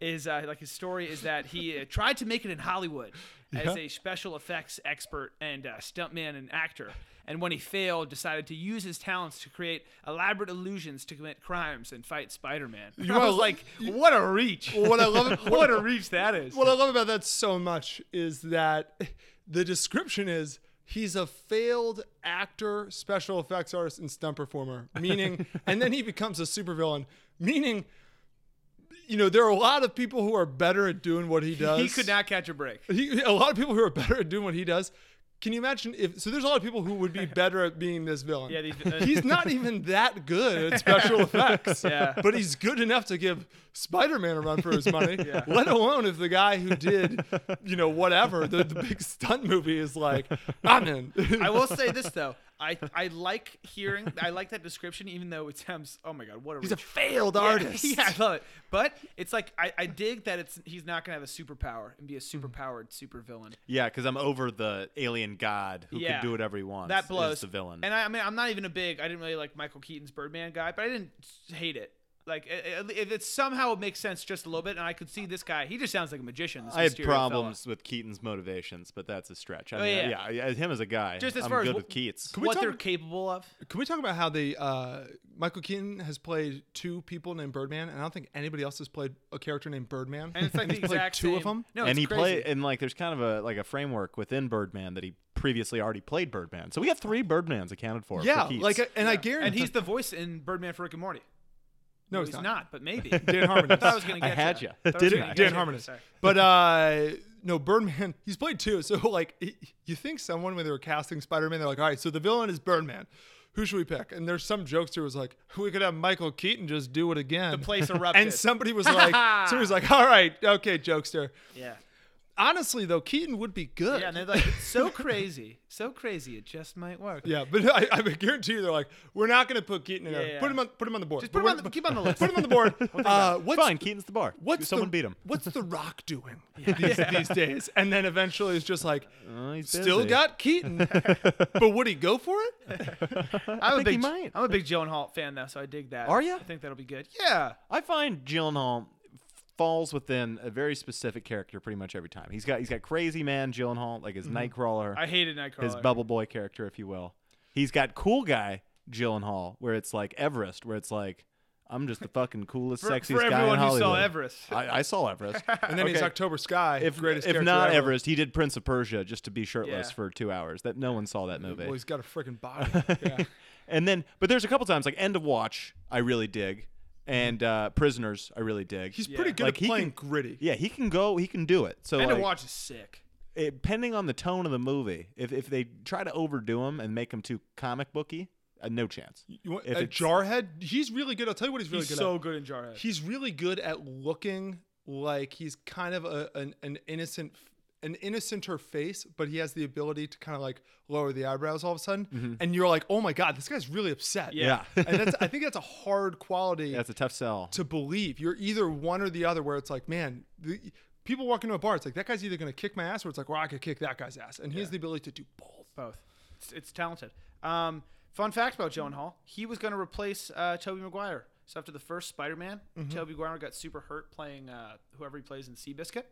Speaker 3: is uh, like his story is that he uh, tried to make it in Hollywood as a special effects expert and uh, stuntman and actor. And when he failed, decided to use his talents to create elaborate illusions to commit crimes and fight Spider-Man. You I
Speaker 6: wanna
Speaker 3: was
Speaker 6: lo-
Speaker 3: like, what a reach!
Speaker 6: What I love,
Speaker 3: what a reach that is.
Speaker 6: what I love about that so much is that the description is he's a failed actor, special effects artist, and stunt performer. Meaning, and then he becomes a supervillain. Meaning, you know, there are a lot of people who are better at doing what he does.
Speaker 3: he could not catch a break.
Speaker 6: He, a lot of people who are better at doing what he does. Can you imagine if? So there's a lot of people who would be better at being this villain.
Speaker 3: Yeah, these- uh,
Speaker 6: he's not even that good at special effects.
Speaker 3: Yeah.
Speaker 6: but he's good enough to give Spider-Man a run for his money. Let alone if the guy who did, you know, whatever the, the big stunt movie is like, I'm in.
Speaker 3: I will say this though. I, I like hearing I like that description even though it sounds oh my god what a
Speaker 6: he's a
Speaker 3: reach.
Speaker 6: failed
Speaker 3: Yeah,
Speaker 6: artist.
Speaker 3: Yeah, I love it. But it's like I, I dig that it's he's not gonna have a superpower and be a
Speaker 5: Mm-hmm.
Speaker 3: superpowered supervillain.
Speaker 5: Yeah, because I'm over the alien god who
Speaker 3: Yeah.
Speaker 5: can do whatever he wants.
Speaker 3: That blows.
Speaker 5: Is the villain.
Speaker 3: And I, I mean, I'm not even a big. I didn't really like Michael Keaton's Birdman guy, but I didn't hate it. Like, it, it, it somehow makes sense just a little bit, and I could see this guy. He just sounds like a magician. This
Speaker 5: I had
Speaker 3: Mysterio
Speaker 5: problems with Keaton's motivations, but that's a stretch. I mean,
Speaker 3: Oh, yeah.
Speaker 5: yeah. yeah, him as a guy,
Speaker 3: Just as
Speaker 5: I'm
Speaker 3: far as
Speaker 5: good
Speaker 3: wh-
Speaker 5: with Keats.
Speaker 3: Fella. What
Speaker 6: talk-
Speaker 3: they're capable of.
Speaker 6: Can we talk about how they uh, Michael Keaton has played two people named Birdman, and I don't think anybody else has played a character named Birdman.
Speaker 3: And it's like the
Speaker 6: he's played
Speaker 3: exact
Speaker 6: two of
Speaker 3: same-
Speaker 6: them.
Speaker 3: No,
Speaker 5: and
Speaker 3: it's
Speaker 5: he
Speaker 3: crazy.
Speaker 5: play uh, and like there's kind of a like a framework within Birdman that he previously already played Birdman. So we have three Birdmans accounted for. for
Speaker 6: Yeah,
Speaker 5: Keats.
Speaker 6: like, and I guarantee.
Speaker 3: And he's the voice in Birdman for Rick and Morty.
Speaker 6: no,
Speaker 3: he's not, but maybe.
Speaker 6: Dan Harmon. is.
Speaker 3: I thought I was gonna
Speaker 5: I
Speaker 3: get
Speaker 5: had
Speaker 3: ya.
Speaker 5: ya.
Speaker 3: Thought I was
Speaker 5: Didn't
Speaker 3: gonna
Speaker 5: I?
Speaker 3: get
Speaker 6: Dan
Speaker 3: ya.
Speaker 6: Harmon is.
Speaker 3: Sorry.
Speaker 6: But uh, no, Birdman. He's played two. So like, y- you think someone when they were casting Spider-Man, they're like, all right, so the villain is Birdman. Who should we pick? And there's some jokester who was like, we could have Michael Keaton just do it again. The
Speaker 3: place erupted.
Speaker 6: And somebody was like, somebody was like, all right, okay, jokester.
Speaker 3: Yeah.
Speaker 6: Honestly though, Keaton would be good.
Speaker 3: Yeah, and they're like, it's so crazy, so crazy, it just might work.
Speaker 6: Yeah, but I, I guarantee you, they're like, we're not going to put Keaton in
Speaker 3: Yeah,
Speaker 6: there.
Speaker 3: yeah.
Speaker 6: Put him on, put him on the board.
Speaker 3: Just
Speaker 6: But
Speaker 3: put him on
Speaker 6: we're-
Speaker 3: the- keep him on the list.
Speaker 6: Put him on the board. uh, what's
Speaker 5: fine. Keaton's the bar.
Speaker 6: What's
Speaker 5: someone
Speaker 6: the,
Speaker 5: beat him?
Speaker 6: What's the Rock doing these, these days? And then eventually, it's just like,
Speaker 5: he's
Speaker 6: still
Speaker 5: busy.
Speaker 6: got Keaton, but would he go for it?
Speaker 3: I'm
Speaker 5: think
Speaker 3: a big,
Speaker 5: he might.
Speaker 3: I'm a big Joan Hall fan though, so I dig that.
Speaker 5: Are ya?
Speaker 3: I think that'll be good. Yeah.
Speaker 5: I find Gyllenhaal falls within a very specific character pretty much every time. He's got he's got Crazy Man Gyllenhaal, like his Nightcrawler,
Speaker 3: I hated Nightcrawler.
Speaker 5: his Bubble Boy character, if you will. He's got Cool Guy Gyllenhaal, where it's like Everest, where it's like I'm just the fucking coolest,
Speaker 3: For-
Speaker 5: sexiest
Speaker 3: for
Speaker 5: guy in
Speaker 3: everyone who
Speaker 5: Hollywood.
Speaker 3: saw Everest.
Speaker 5: I, I saw Everest.
Speaker 6: And then he's
Speaker 5: Okay.
Speaker 6: October Sky,
Speaker 5: If,
Speaker 6: greatest
Speaker 5: if
Speaker 6: character
Speaker 5: not
Speaker 6: ever.
Speaker 5: Everest, he did Prince of Persia just to be shirtless
Speaker 3: Yeah.
Speaker 5: for two hours. That no one saw that movie.
Speaker 6: Well, he's got a freaking body. Yeah.
Speaker 5: And then, but there's a couple times like End of Watch, I really dig, and uh, Prisoners, I really dig.
Speaker 6: He's pretty good
Speaker 5: Like,
Speaker 6: at
Speaker 5: he
Speaker 6: playing
Speaker 5: can-
Speaker 6: gritty.
Speaker 5: Yeah, he can go. He can do it. So
Speaker 3: And
Speaker 5: like,
Speaker 3: to watch is sick.
Speaker 5: it- depending on the tone of the movie, if if they try to overdo him and make him too comic booky, uh, no chance.
Speaker 6: You want,
Speaker 5: If
Speaker 6: uh,
Speaker 5: it's-
Speaker 6: Jarhead, he's really good. I'll tell you what he's really
Speaker 3: He's
Speaker 6: good at.
Speaker 3: so good in Jarhead.
Speaker 6: he's really good at looking like he's kind of a, an, an innocent an innocenter face but he has the ability to kind of like lower the eyebrows all of a sudden and you're like oh my god this guy's really upset
Speaker 3: Mm-hmm. Yeah.
Speaker 6: and that's i think that's a hard quality
Speaker 5: That's a tough sell.
Speaker 6: to believe you're either one or the other where it's like man the, people walk into a bar it's like that guy's either going to kick my ass or it's like well i could kick that guy's ass and he has the ability to do both
Speaker 3: Both. It's, it's talented. Um, fun fact about Joan Hall: he was going to replace uh, Toby Maguire. So after the first Spider-Man,
Speaker 6: Mm-hmm.
Speaker 3: Toby Maguire got super hurt playing uh, whoever he plays in Seabiscuit,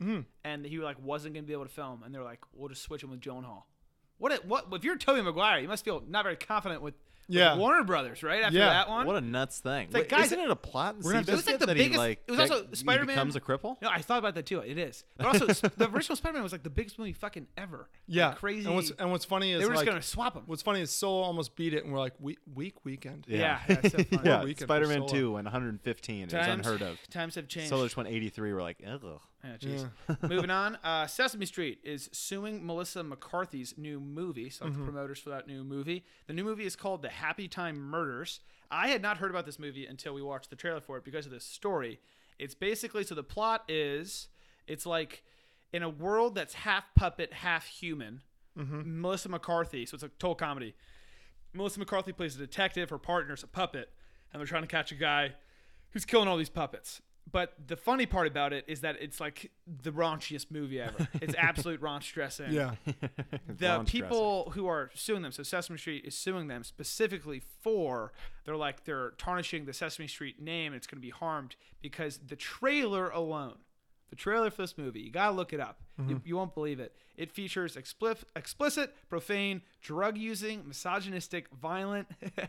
Speaker 6: Mm-hmm.
Speaker 3: mm and he like wasn't going to be able to film. And they're like, "We'll just switch him with Joan Hall." What? A, what? If you're Toby Maguire, you must feel not very confident with, with
Speaker 6: Yeah.
Speaker 3: Warner Brothers, right? After
Speaker 6: Yeah.
Speaker 3: that one,
Speaker 5: What a nuts thing!
Speaker 3: like,
Speaker 5: Wait,
Speaker 3: guys-
Speaker 5: isn't it a plot? In
Speaker 6: gonna
Speaker 5: Seabiscuit
Speaker 6: have to-
Speaker 3: it was like the
Speaker 5: that
Speaker 3: biggest.
Speaker 5: He, like,
Speaker 3: it was also
Speaker 5: that he
Speaker 3: Spider Man
Speaker 5: becomes a cripple.
Speaker 3: No, I thought about that too. It is, but also s- the original Spider Man was like the biggest movie fucking ever.
Speaker 6: yeah
Speaker 3: Like, crazy.
Speaker 6: and what's and what's funny is
Speaker 3: they were just
Speaker 6: like,
Speaker 3: gonna swap him.
Speaker 6: what's funny is Solo almost beat it and we're like week week weekend
Speaker 3: yeah, that's so funny.
Speaker 5: Yeah,
Speaker 6: weekend for
Speaker 5: Spider-Man
Speaker 6: Solo.
Speaker 5: Two and 115 is unheard of.
Speaker 3: Times have changed.
Speaker 5: Solo just went 83. We're like, ugh.
Speaker 3: Yeah, jeez. Moving on, uh, Sesame Street is suing Melissa McCarthy's new movie. So, like
Speaker 5: Mm-hmm.
Speaker 3: the promoters for that new movie. The new movie is called The Happy Time Murders. I had not heard about this movie until we watched the trailer for it because of this story. It's basically so the plot is it's like in a world that's half puppet, half human.
Speaker 5: Mm-hmm.
Speaker 3: Melissa McCarthy, so it's a total comedy. Melissa McCarthy plays a detective. Her partner's a puppet, and they're trying to catch a guy who's killing all these puppets. But the funny part about it is that it's like the raunchiest movie ever. It's absolute raunch dressing.
Speaker 6: yeah
Speaker 3: The
Speaker 5: Raunch
Speaker 3: people who are suing them, so Sesame Street is suing them specifically for they're like they're tarnishing the Sesame Street name. It's going to be harmed because the trailer alone The trailer for this movie, you gotta look it up. You, you won't believe it. It features expli- explicit, profane, drug using, misogynistic, violent,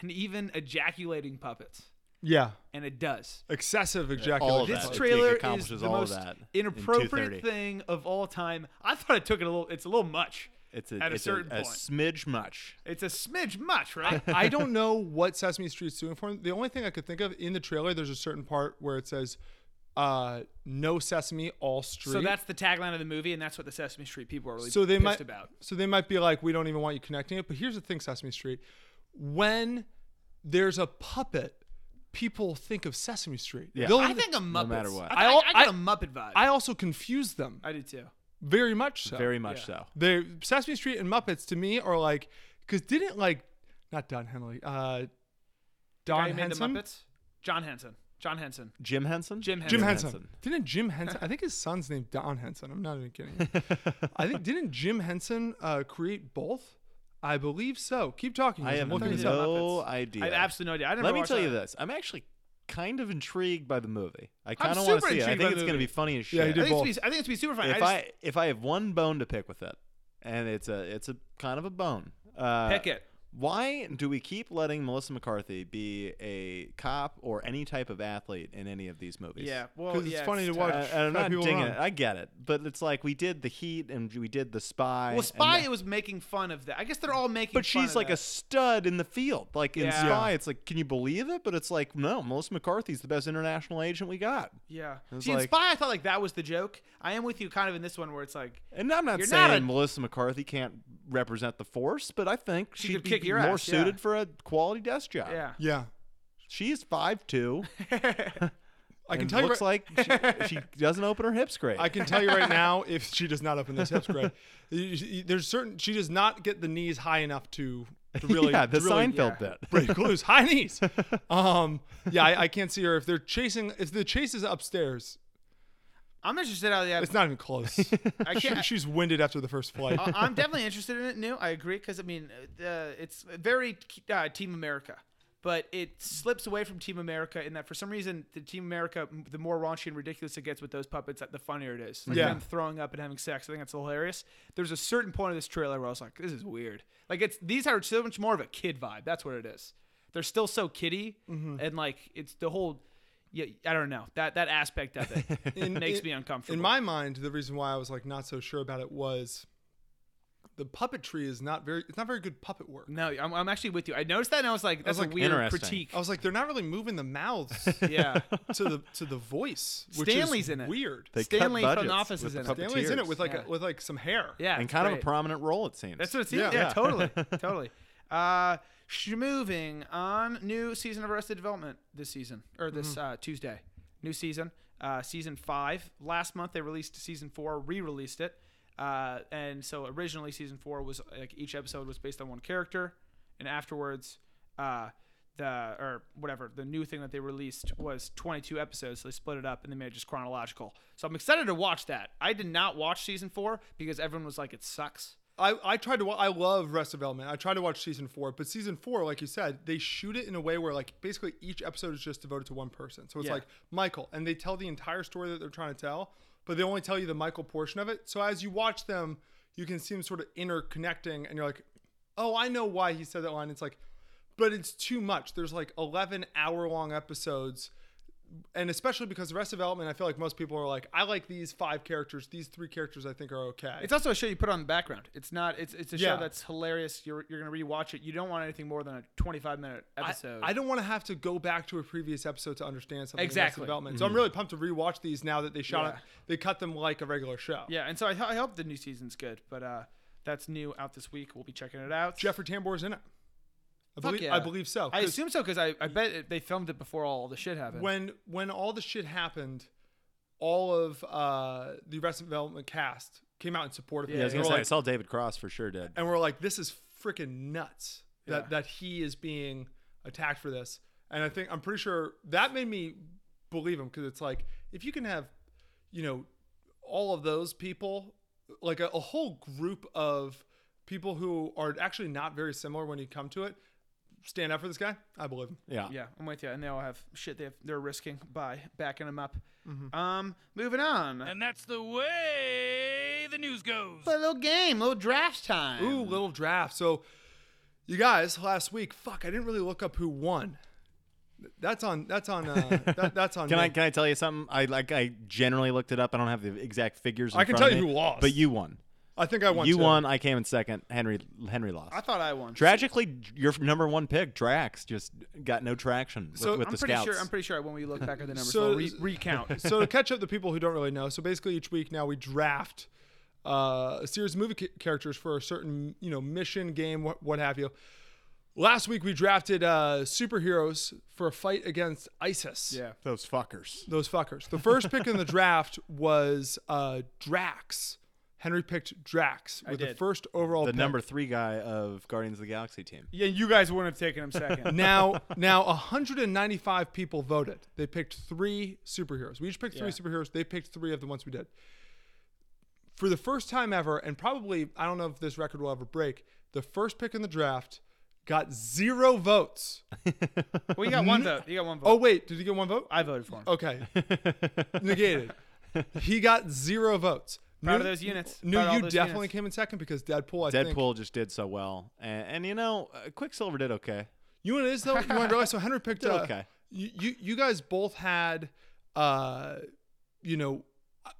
Speaker 3: and even ejaculating puppets.
Speaker 6: Yeah.
Speaker 3: And it does.
Speaker 6: Excessive
Speaker 5: All of
Speaker 6: ejaculation.
Speaker 5: that.
Speaker 3: This
Speaker 5: It
Speaker 3: trailer is
Speaker 5: accomplishes
Speaker 3: the
Speaker 5: all of
Speaker 3: most
Speaker 5: that in
Speaker 3: inappropriate
Speaker 5: 2:30.
Speaker 3: thing of all time. I thought it took it a little. It's a little much.
Speaker 5: It's a,
Speaker 3: at
Speaker 5: it's
Speaker 3: a certain
Speaker 5: a,
Speaker 3: point.
Speaker 5: smidge much.
Speaker 3: it's a smidge much, right?
Speaker 6: I don't know what Sesame Street's doing for him. The only thing I could think of in the trailer, there's a certain part where it says, uh, "No Sesame, all street."
Speaker 3: so that's the tagline of the movie, and that's what the Sesame Street people are really
Speaker 6: so they
Speaker 3: pissed
Speaker 6: might
Speaker 3: about.
Speaker 6: so they might be like, "We don't even want you connecting it." But here's the thing, Sesame Street: when there's a puppet, people think of Sesame Street. Yeah,
Speaker 3: I think a Muppet.
Speaker 5: no matter what.
Speaker 3: I,
Speaker 6: I-
Speaker 3: I, got a Muppet vibe. I,
Speaker 6: I also confuse them
Speaker 3: do too.
Speaker 6: very much. So.
Speaker 5: Very much so.
Speaker 6: The Sesame Street and Muppets to me are like because didn't like not Don Henley, uh,
Speaker 3: I
Speaker 6: Don
Speaker 3: made the
Speaker 6: Henson,
Speaker 3: Muppets. John Henson. John Henson.
Speaker 5: Jim Henson?
Speaker 3: Jim Henson.
Speaker 6: Jim Henson. Didn't Jim Henson? I think his son's named Don Henson. I'm not even kidding. you. I think didn't Jim Henson uh, create both? I believe so. Keep talking.
Speaker 5: I
Speaker 6: guys.
Speaker 5: have
Speaker 6: I'm looking this up.
Speaker 5: no
Speaker 3: Muppets.
Speaker 5: idea.
Speaker 3: I have absolutely no idea. I never
Speaker 5: Let me
Speaker 3: watched
Speaker 5: tell you
Speaker 3: that.
Speaker 5: this. I'm actually kind of intrigued by the movie. I kind of
Speaker 3: super
Speaker 5: want to see it. I
Speaker 3: intrigued by
Speaker 5: think
Speaker 3: the
Speaker 5: it's going to be
Speaker 3: movie.
Speaker 5: funny as shit.
Speaker 6: Yeah, he
Speaker 3: I
Speaker 6: did
Speaker 3: think, it's
Speaker 6: both.
Speaker 3: be, I think it's be super fun.
Speaker 5: if
Speaker 3: I
Speaker 5: I if I have one bone to pick with it, and it's a it's a kind of a bone. Uh,
Speaker 3: Pick it.
Speaker 5: Why do we keep letting Melissa McCarthy be a cop or any type of athlete in any of these movies?
Speaker 3: just- yeah, well,
Speaker 6: 'Cause it's
Speaker 3: yeah,
Speaker 6: funny to
Speaker 3: tough.
Speaker 6: watch.
Speaker 5: I, I'm
Speaker 6: Right,
Speaker 5: not
Speaker 6: people
Speaker 5: dinging
Speaker 6: wrong.
Speaker 5: it. I get it, but it's like we did the Heat and we did the Spy.
Speaker 3: Well,
Speaker 5: and
Speaker 3: Spy
Speaker 5: that-
Speaker 3: it was making fun of that. I guess they're all making.
Speaker 5: but
Speaker 3: fun
Speaker 5: she's
Speaker 3: of
Speaker 5: like
Speaker 3: that.
Speaker 5: a stud in the field. Like in
Speaker 3: Yeah.
Speaker 5: Spy, it's like, can you believe it? But it's like, no, Melissa McCarthy's the best international agent we got.
Speaker 3: Yeah.
Speaker 5: was
Speaker 3: See, in
Speaker 5: like-
Speaker 3: Spy, I thought like that was the joke. I am with you, kind of in this one where it's like
Speaker 5: And I'm not
Speaker 3: You're
Speaker 5: saying
Speaker 3: not a-
Speaker 5: Melissa McCarthy can't represent the force, but I think
Speaker 3: She
Speaker 5: she'd
Speaker 3: could
Speaker 5: be
Speaker 3: kick your
Speaker 5: more
Speaker 3: ass, yeah.
Speaker 5: suited for a quality desk job.
Speaker 3: Yeah.
Speaker 6: Yeah,
Speaker 5: She's 5'2".
Speaker 6: I can
Speaker 5: and
Speaker 6: tell you.
Speaker 5: looks
Speaker 6: Right,
Speaker 5: like she, she doesn't open her hips great.
Speaker 6: I can tell you right now if she does not open this hips great. You- you- There's certain she does not get the knees high enough to, to really
Speaker 5: yeah, the
Speaker 6: to really
Speaker 5: Seinfeld bit.
Speaker 6: break loose. High knees. Um, yeah, I, I can't see her if they're chasing. If the chase is upstairs,
Speaker 3: I'm interested out of that.
Speaker 6: it's not even close.
Speaker 3: I can't.
Speaker 6: She's winded after the first flight.
Speaker 3: I- I'm definitely interested in it new. I agree because I mean, uh, it's very uh, Team America, but it slips away from Team America in that for some reason the Team America, m- the more raunchy and ridiculous it gets with those puppets, that the funnier it is. Like
Speaker 6: Yeah.
Speaker 3: them throwing up and having sex. I think that's hilarious. There's a certain point of this trailer where I was like, this is weird. Like it's these are so much more of a kid vibe. That's what it is. They're still so kiddie,
Speaker 6: Mm-hmm.
Speaker 3: and like it's the whole. Yeah, I don't know that that aspect of it makes me uncomfortable.
Speaker 6: In my mind, the reason why I was like not so sure about it was the puppetry is not very it's not very good puppet work.
Speaker 3: No, I'm, I'm actually with you. I noticed that and I was like, that's
Speaker 6: was
Speaker 3: a
Speaker 6: like,
Speaker 3: weird
Speaker 5: interesting.
Speaker 3: critique.
Speaker 6: I was like, they're not really moving the mouths
Speaker 3: yeah.
Speaker 6: to the to the voice. Which
Speaker 3: Stanley's
Speaker 6: is
Speaker 3: in it.
Speaker 6: Weird.
Speaker 5: They cut
Speaker 3: Stanley from
Speaker 5: budgets
Speaker 3: the office
Speaker 5: with
Speaker 3: is in
Speaker 5: the
Speaker 3: it.
Speaker 5: puppeteers.
Speaker 6: Stanley's in it with like
Speaker 3: Yeah.
Speaker 6: a, with like some hair.
Speaker 3: Yeah.
Speaker 5: and
Speaker 3: it's
Speaker 5: kind of
Speaker 3: great.
Speaker 5: a prominent role it seems.
Speaker 3: That's what it seems. Yeah,
Speaker 6: Yeah.
Speaker 3: totally. totally. Uh moving on new season of Arrested Development this season or this uh, Tuesday. New season, uh, season 5. Last month they released season 4, re-released it. Uh, and so originally season 4 was like each episode was based on one character and afterwards uh the or whatever the new thing that they released was 22 episodes so they split it up and they made it just chronological so i'm excited to watch that i did not watch season four because everyone was like it sucks
Speaker 6: I, I tried to wa- I love Rest Development. I tried to watch season four, but season four, like you said, they shoot it in a way where like basically each episode is just devoted to one person. So it's
Speaker 3: Yeah.
Speaker 6: like Michael, and they tell the entire story that they're trying to tell, but they only tell you the Michael portion of it. So as you watch them, you can see them sort of interconnecting, and you're like, oh, I know why he said that line. It's like, but it's too much. There's like 11 hour long episodes. And especially because Rest Development, I feel like most people are like, I like these five characters. These three characters I think are okay.
Speaker 3: It's also a show you put on the background. It's not. It's it's a
Speaker 6: Yeah.
Speaker 3: show that's hilarious. You're you're gonna rewatch it. You don't want anything more than a 25 minute
Speaker 6: I-
Speaker 3: episode.
Speaker 6: I, don't want to have to go back to a previous episode to understand something. in Arrested
Speaker 3: Exactly.
Speaker 6: Development.
Speaker 5: Mm.
Speaker 6: So I'm really pumped to rewatch these now that they shot
Speaker 3: Yeah.
Speaker 6: it. They cut them like a regular show.
Speaker 3: Yeah, and so I, ho- I hope the new season's good. But uh, that's new out this week. We'll be checking it out.
Speaker 6: Jeffrey Tambor's in it. I
Speaker 3: Fuck
Speaker 6: believe,
Speaker 3: yeah.
Speaker 6: I believe so.
Speaker 3: I
Speaker 6: 'cause
Speaker 3: assume so because I, I bet it, they filmed it before all the shit happened.
Speaker 6: when when all the shit happened, all of uh, the Arrested Development cast came out in support of it.
Speaker 5: yeah, I was
Speaker 6: And
Speaker 5: gonna
Speaker 6: we're
Speaker 5: say I
Speaker 6: like-
Speaker 5: saw David Cross for sure did.
Speaker 6: and we're like, this is freaking nuts that
Speaker 3: Yeah.
Speaker 6: that he is being attacked for this. And I think I'm pretty sure that made me believe him because it's like if you can have, you know, all of those people, like a, a whole group of people who are actually not very similar when you come to it, stand up for this guy, I believe him.
Speaker 5: Yeah.
Speaker 3: Yeah, I'm with you. And they all have shit they have, they're risking by backing him up.
Speaker 6: Mm-hmm.
Speaker 3: Um, moving on.
Speaker 8: And that's the way the news goes.
Speaker 3: a little game, little draft time.
Speaker 6: Ooh, little draft. So, you guys, last week, fuck, I didn't really look up who won. That's on. That's on. Uh, that, that's on.
Speaker 5: Can
Speaker 6: me.
Speaker 5: I can I tell you something? I like I generally looked it up. I don't have the exact figures. in
Speaker 6: I can
Speaker 5: front
Speaker 6: tell
Speaker 5: of
Speaker 6: you
Speaker 5: me,
Speaker 6: who lost.
Speaker 5: but you won.
Speaker 6: I think I won.
Speaker 5: you
Speaker 6: too.
Speaker 5: won. I came in second. Henry Henry lost.
Speaker 3: I thought I won.
Speaker 5: Tragically, your number one pick, Drax, just got no traction with,
Speaker 6: So,
Speaker 5: with
Speaker 3: I'm
Speaker 5: the
Speaker 3: pretty
Speaker 5: scouts.
Speaker 3: sure. I'm pretty sure when we look back at the numbers,
Speaker 6: So-
Speaker 3: we'll re- recount.
Speaker 6: so to catch up the people who don't really know, so basically each week now we draft uh, a series of movie ca- characters for a certain you know mission, game, what, what have you. Last week we drafted uh, superheroes for a fight against ISIS.
Speaker 3: Yeah.
Speaker 5: Those fuckers.
Speaker 6: those fuckers. The first pick in the draft was uh, Drax. Henry picked Drax with the
Speaker 3: did.
Speaker 6: first overall.
Speaker 5: The
Speaker 6: pick.
Speaker 5: number three guy of Guardians of the Galaxy team.
Speaker 3: yeah, you guys wouldn't have taken him second.
Speaker 6: now now 195 people voted they picked three superheroes we each picked three
Speaker 3: Yeah.
Speaker 6: superheroes they picked three of the ones we did for the first time ever and probably i don't know if this record will ever break the first pick in the draft got zero votes
Speaker 3: well, you got one vote. You got one vote.
Speaker 6: oh wait did he get one vote
Speaker 3: I voted for him.
Speaker 6: okay negated he got zero votes
Speaker 3: Proud of
Speaker 6: Knew-
Speaker 3: those units.
Speaker 6: knew
Speaker 3: Proud of all
Speaker 6: you
Speaker 3: those
Speaker 6: definitely
Speaker 3: units.
Speaker 6: came in second because deadpool i think
Speaker 5: Deadpool just did so well, and, and you know, uh, Quicksilver did okay.
Speaker 6: You know what it is though? You want to realize? So Henry picked.
Speaker 5: Did
Speaker 6: Uh,
Speaker 5: okay.
Speaker 6: You, you you guys both had, uh, you know, uh,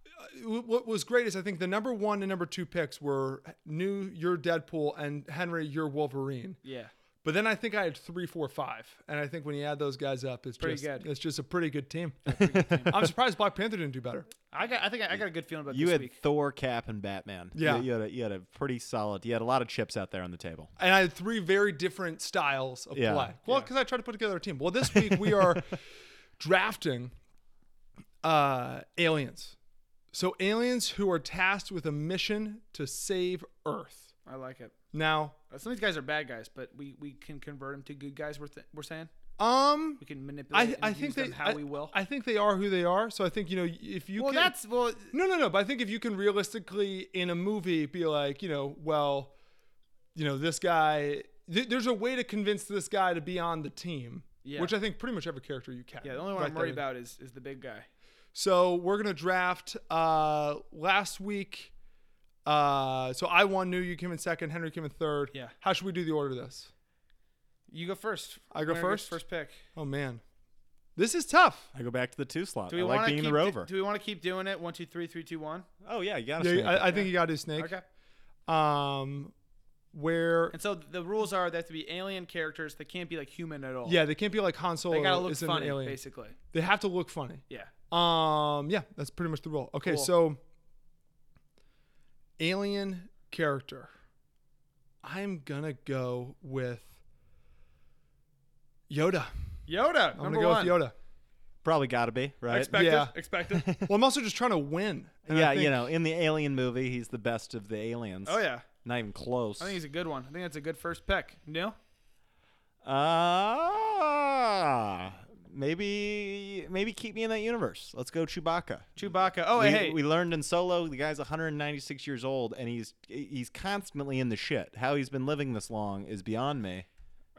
Speaker 6: uh, what was great is I think the number one and number two picks were new your Deadpool and Henry your Wolverine.
Speaker 3: Yeah.
Speaker 6: But then I think I had three, four, five, and I think when you add those guys up, it's
Speaker 3: Pretty
Speaker 6: just
Speaker 3: good.
Speaker 6: it's just a pretty good team. I'm surprised Black Panther didn't do better.
Speaker 3: I got. I think I, I got a good feeling about
Speaker 5: You
Speaker 3: this
Speaker 5: had
Speaker 3: week.
Speaker 5: Thor, Cap, and Batman. You-
Speaker 6: Yeah.
Speaker 5: you, had a, you had a pretty solid. You had a lot of chips out there on the table.
Speaker 6: and I had three very different styles of
Speaker 5: Yeah.
Speaker 6: play. Well, because I tried to put together a team. Well, this week we are drafting uh, aliens. So aliens who are tasked with a mission to save Earth.
Speaker 3: I like it.
Speaker 6: Now,
Speaker 3: Uh, Some of these guys are bad guys, but we, we can convert them to good guys. We're, th- we're saying
Speaker 6: um,
Speaker 3: we can manipulate.
Speaker 6: I, I
Speaker 3: and
Speaker 6: think
Speaker 3: use
Speaker 6: they
Speaker 3: them how
Speaker 6: I,
Speaker 3: we will.
Speaker 6: I think they are who they are. So I think you know if you
Speaker 3: well,
Speaker 6: can,
Speaker 3: that's well.
Speaker 6: No, no, no. But I think if you can realistically in a movie be like, you know, well, you know, this guy, th- there's a way to convince this guy to be on the team,
Speaker 3: Yeah.
Speaker 6: which I think pretty much every character you can.
Speaker 3: Yeah, the only one
Speaker 6: write
Speaker 3: I'm
Speaker 6: that
Speaker 3: worried
Speaker 6: in.
Speaker 3: about is is the big guy.
Speaker 6: So we're gonna draft. Uh, last week, uh, so I won. New, you came in second. Henry came in third.
Speaker 3: Yeah.
Speaker 6: How should we do the order of this?
Speaker 3: You go first.
Speaker 6: I go
Speaker 3: Winner gets
Speaker 6: first?
Speaker 3: First pick.
Speaker 6: Oh man, this is tough.
Speaker 5: I go back to the two slot.
Speaker 3: Do we
Speaker 5: I
Speaker 3: want
Speaker 5: like
Speaker 3: to
Speaker 5: being
Speaker 3: keep
Speaker 5: the rover.
Speaker 3: Do we want to keep doing it? One, two, three, three, two, one.
Speaker 5: oh yeah, you got to.
Speaker 6: Yeah, I, I think you gotta do snake.
Speaker 3: Okay.
Speaker 6: Um, where?
Speaker 3: And so the rules are they have to be alien characters. They can't be like human at all.
Speaker 6: Yeah, they can't be like Han Solo.
Speaker 3: They gotta look
Speaker 6: is an
Speaker 3: funny,
Speaker 6: alien.
Speaker 3: basically.
Speaker 6: They have to look funny.
Speaker 3: Yeah.
Speaker 6: Um, yeah, that's pretty much the rule. Okay,
Speaker 3: Cool.
Speaker 6: so alien character. I'm gonna go with Yoda.
Speaker 3: Yoda.
Speaker 6: I'm
Speaker 3: number
Speaker 6: gonna go
Speaker 3: one.
Speaker 6: with Yoda.
Speaker 5: Probably got to be right.
Speaker 3: Expected.
Speaker 6: Yeah.
Speaker 3: Expected.
Speaker 6: Well, I'm also just trying to win. And I
Speaker 5: yeah, you
Speaker 6: think-
Speaker 5: know, in the Alien movie, he's the best of the aliens.
Speaker 3: oh yeah.
Speaker 5: not even close.
Speaker 3: I think he's a good one. I think that's a good first pick. No.
Speaker 5: Ah, maybe maybe keep me in that universe. Let's go Chewbacca.
Speaker 3: Chewbacca. Oh
Speaker 5: we,
Speaker 3: hey.
Speaker 5: we learned in Solo the guy's 196 years old and he's he's constantly in the shit. How he's been living this long is beyond me.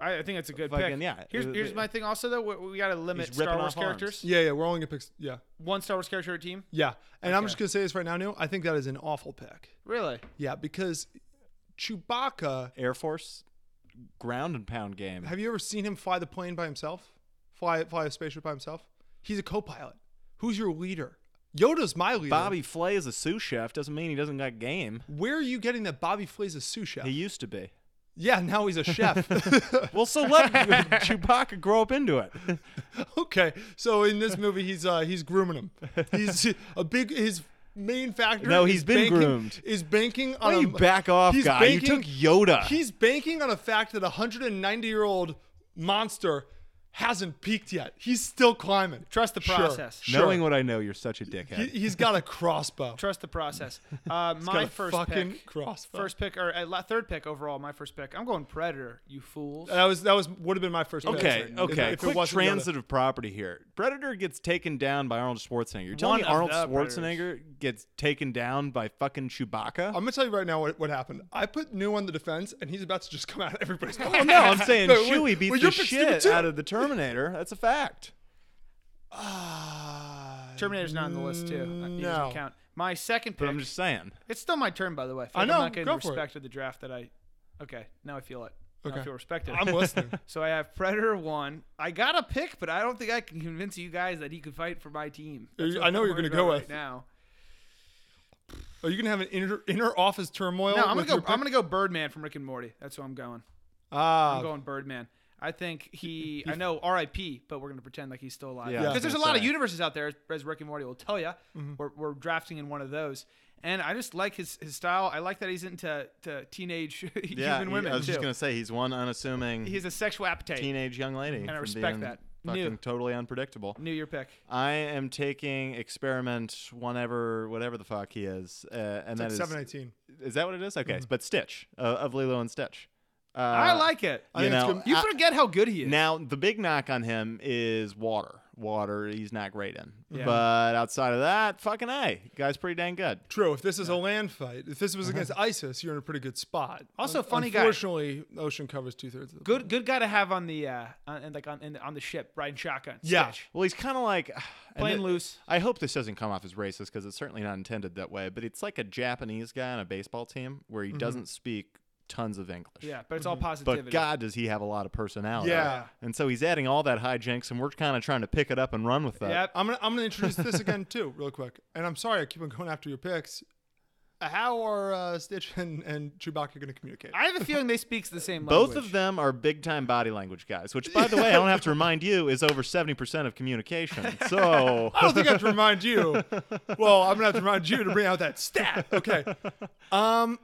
Speaker 3: I, I think that's a good
Speaker 5: Fucking,
Speaker 3: pick.
Speaker 5: yeah.
Speaker 3: Here's
Speaker 5: Uh,
Speaker 3: here's
Speaker 5: the-
Speaker 3: my thing. Also though, we, we gotta limit
Speaker 5: He's
Speaker 3: Star
Speaker 5: ripping
Speaker 3: Wars
Speaker 5: off arms.
Speaker 3: characters.
Speaker 6: Yeah, yeah, we're only gonna pick. Yeah,
Speaker 3: One Star Wars character a team.
Speaker 6: yeah. And I'm just gonna say this right now, Neil. I think that is an awful pick.
Speaker 3: Really?
Speaker 6: Yeah, because Chewbacca.
Speaker 5: Air Force ground and pound game.
Speaker 6: Have you ever seen him fly the plane by himself? Fly fly a spaceship by himself? He's a co-pilot. Who's your leader? Yoda's my leader.
Speaker 5: Bobby Flay is a sous chef doesn't mean he doesn't got game.
Speaker 6: Where are you getting that Bobby Flay's a sous chef?
Speaker 5: He used to be.
Speaker 6: yeah, now he's a chef.
Speaker 5: Well, so let Chewbacca grow up into it.
Speaker 6: okay, so in this movie, he's uh, he's grooming him. He's a big his main factor.
Speaker 5: No,
Speaker 6: is
Speaker 5: he's been
Speaker 6: banking-
Speaker 5: groomed.
Speaker 6: Is banking
Speaker 5: Why
Speaker 6: on.
Speaker 5: you
Speaker 6: a,
Speaker 5: back off,
Speaker 6: he's
Speaker 5: guy? You
Speaker 6: banking-
Speaker 5: took Yoda.
Speaker 6: He's banking on a fact that a 190 year old monster hasn't peaked yet. He's still climbing.
Speaker 3: Trust the
Speaker 6: Sure,
Speaker 3: process.
Speaker 6: sure.
Speaker 5: Knowing what I know, you're such a
Speaker 6: he,
Speaker 5: dickhead.
Speaker 6: he's got a crossbow.
Speaker 3: Trust the process. Uh,
Speaker 6: He's got
Speaker 3: my
Speaker 6: a
Speaker 3: first
Speaker 6: fucking
Speaker 3: pick,
Speaker 6: crossbow.
Speaker 3: first pick or uh, la- third pick overall. My first pick. I'm going Predator. You fools.
Speaker 6: that was that was would have been my first. pick.
Speaker 5: Okay,
Speaker 6: If-
Speaker 5: okay.
Speaker 6: If, it
Speaker 5: Quick
Speaker 6: wasn't the other-
Speaker 5: transitive property here. Predator gets taken down by Arnold Schwarzenegger. You're telling
Speaker 3: One
Speaker 5: me
Speaker 3: of
Speaker 5: Arnold
Speaker 3: the
Speaker 5: Schwarzenegger gets taken down by fucking Chewbacca?
Speaker 3: Oh,
Speaker 6: I'm gonna tell you right now what, what happened. I put New on the defense, and he's about to just come out of everybody's.
Speaker 5: well, Oh, no, I'm saying
Speaker 6: But we-
Speaker 5: Chewie beats
Speaker 6: well,
Speaker 5: the
Speaker 6: your pick's stupid
Speaker 5: shit
Speaker 6: too.
Speaker 5: out of the Terminator. That's a fact.
Speaker 3: Terminator's not on the list too. Uh, He
Speaker 6: No.
Speaker 3: doesn't count. My second pick.
Speaker 5: But I'm just saying.
Speaker 3: It's still my turn, by the way. I,
Speaker 6: I know,
Speaker 3: am not getting
Speaker 6: go
Speaker 3: the
Speaker 6: for it.
Speaker 3: respect of the draft that I. Okay, now I feel it. Now I
Speaker 6: Okay.
Speaker 3: feel respected.
Speaker 6: I'm listening.
Speaker 3: so I have Predator one. I got a pick, but I don't think I can convince you guys that he could fight for my team. That's
Speaker 6: I
Speaker 3: what
Speaker 6: know
Speaker 3: I'm
Speaker 6: you're gonna
Speaker 3: worried
Speaker 6: go
Speaker 3: about
Speaker 6: with.
Speaker 3: right now.
Speaker 6: Are you gonna have an inner inner office turmoil?
Speaker 3: No, I'm gonna
Speaker 6: with
Speaker 3: go.
Speaker 6: your pick?
Speaker 3: I'm gonna go Birdman from Rick and Morty. That's who I'm going.
Speaker 6: Ah,
Speaker 3: I'm going Birdman. I think he. I know R.I.P. But we're gonna pretend like he's still alive.
Speaker 5: Yeah, I
Speaker 3: Because
Speaker 5: was
Speaker 3: there's a
Speaker 5: gonna
Speaker 3: lot of
Speaker 5: say.
Speaker 3: universes out there, as- as Rick and Morty will tell you.
Speaker 6: Mm-hmm.
Speaker 3: We're, we're drafting in one of those, and I just like his, his style. I like that he's into to teenage human
Speaker 5: he-
Speaker 3: women
Speaker 5: I was
Speaker 3: too.
Speaker 5: just gonna say he's one unassuming
Speaker 3: He has a sexual appetite.
Speaker 5: teenage young lady.
Speaker 3: I
Speaker 5: from
Speaker 3: respect
Speaker 5: being
Speaker 3: that.
Speaker 5: Fucking
Speaker 3: New.
Speaker 5: totally unpredictable.
Speaker 3: New year pick.
Speaker 5: I am taking experiment whenever whatever the fuck he is, uh, and that
Speaker 6: It's
Speaker 5: is
Speaker 6: like 718.
Speaker 5: is that what it is? Okay, but Stitch uh, of Lilo and Stitch. Uh,
Speaker 3: Mm-hmm. I like it.
Speaker 5: you
Speaker 6: think it's
Speaker 5: know,
Speaker 6: good.
Speaker 3: You
Speaker 5: I-
Speaker 3: forget how good he is.
Speaker 5: now the big knock on him is water. Water, he's not great in.
Speaker 3: Yeah.
Speaker 5: But outside of that, fucking a guy's pretty dang good.
Speaker 6: True. If this is a land fight, if this was against
Speaker 5: Uh-huh.
Speaker 6: ISIS, you're in a pretty good spot.
Speaker 3: Also, funny guy.
Speaker 6: Unfortunately, the ocean covers two thirds of the.
Speaker 3: good good guy to have on the uh on, and like on in, on the ship riding shotgun.
Speaker 6: Yeah.
Speaker 3: Stitch.
Speaker 5: Well, he's kind of like and
Speaker 3: Plain
Speaker 5: it-
Speaker 3: loose.
Speaker 5: I hope this doesn't come off as racist because it's certainly not intended that way. But it's like a Japanese guy on a baseball team where he doesn't speak tons of English.
Speaker 3: Mm-hmm. Yeah, Mm-hmm. but it's all
Speaker 5: But
Speaker 3: positivity.
Speaker 5: God, does he have a lot of personality?
Speaker 6: Yeah.
Speaker 5: And so he's adding all that hijinks, and we're kind of trying to pick it up and run with that.
Speaker 3: Yep.
Speaker 6: I'm gonna I'm gonna introduce this again too, real quick. And I'm sorry I keep on going after your picks. How are uh, Stitch and, and Chewbacca gonna communicate?
Speaker 3: I have a feeling they speak the same language.
Speaker 5: Both of them are big time body language guys, which, by the way, I don't have to remind you, is over 70% of communication. So,
Speaker 6: I don't think I have to remind you. Well, I'm gonna have to remind you to bring out that stat. Okay. Um.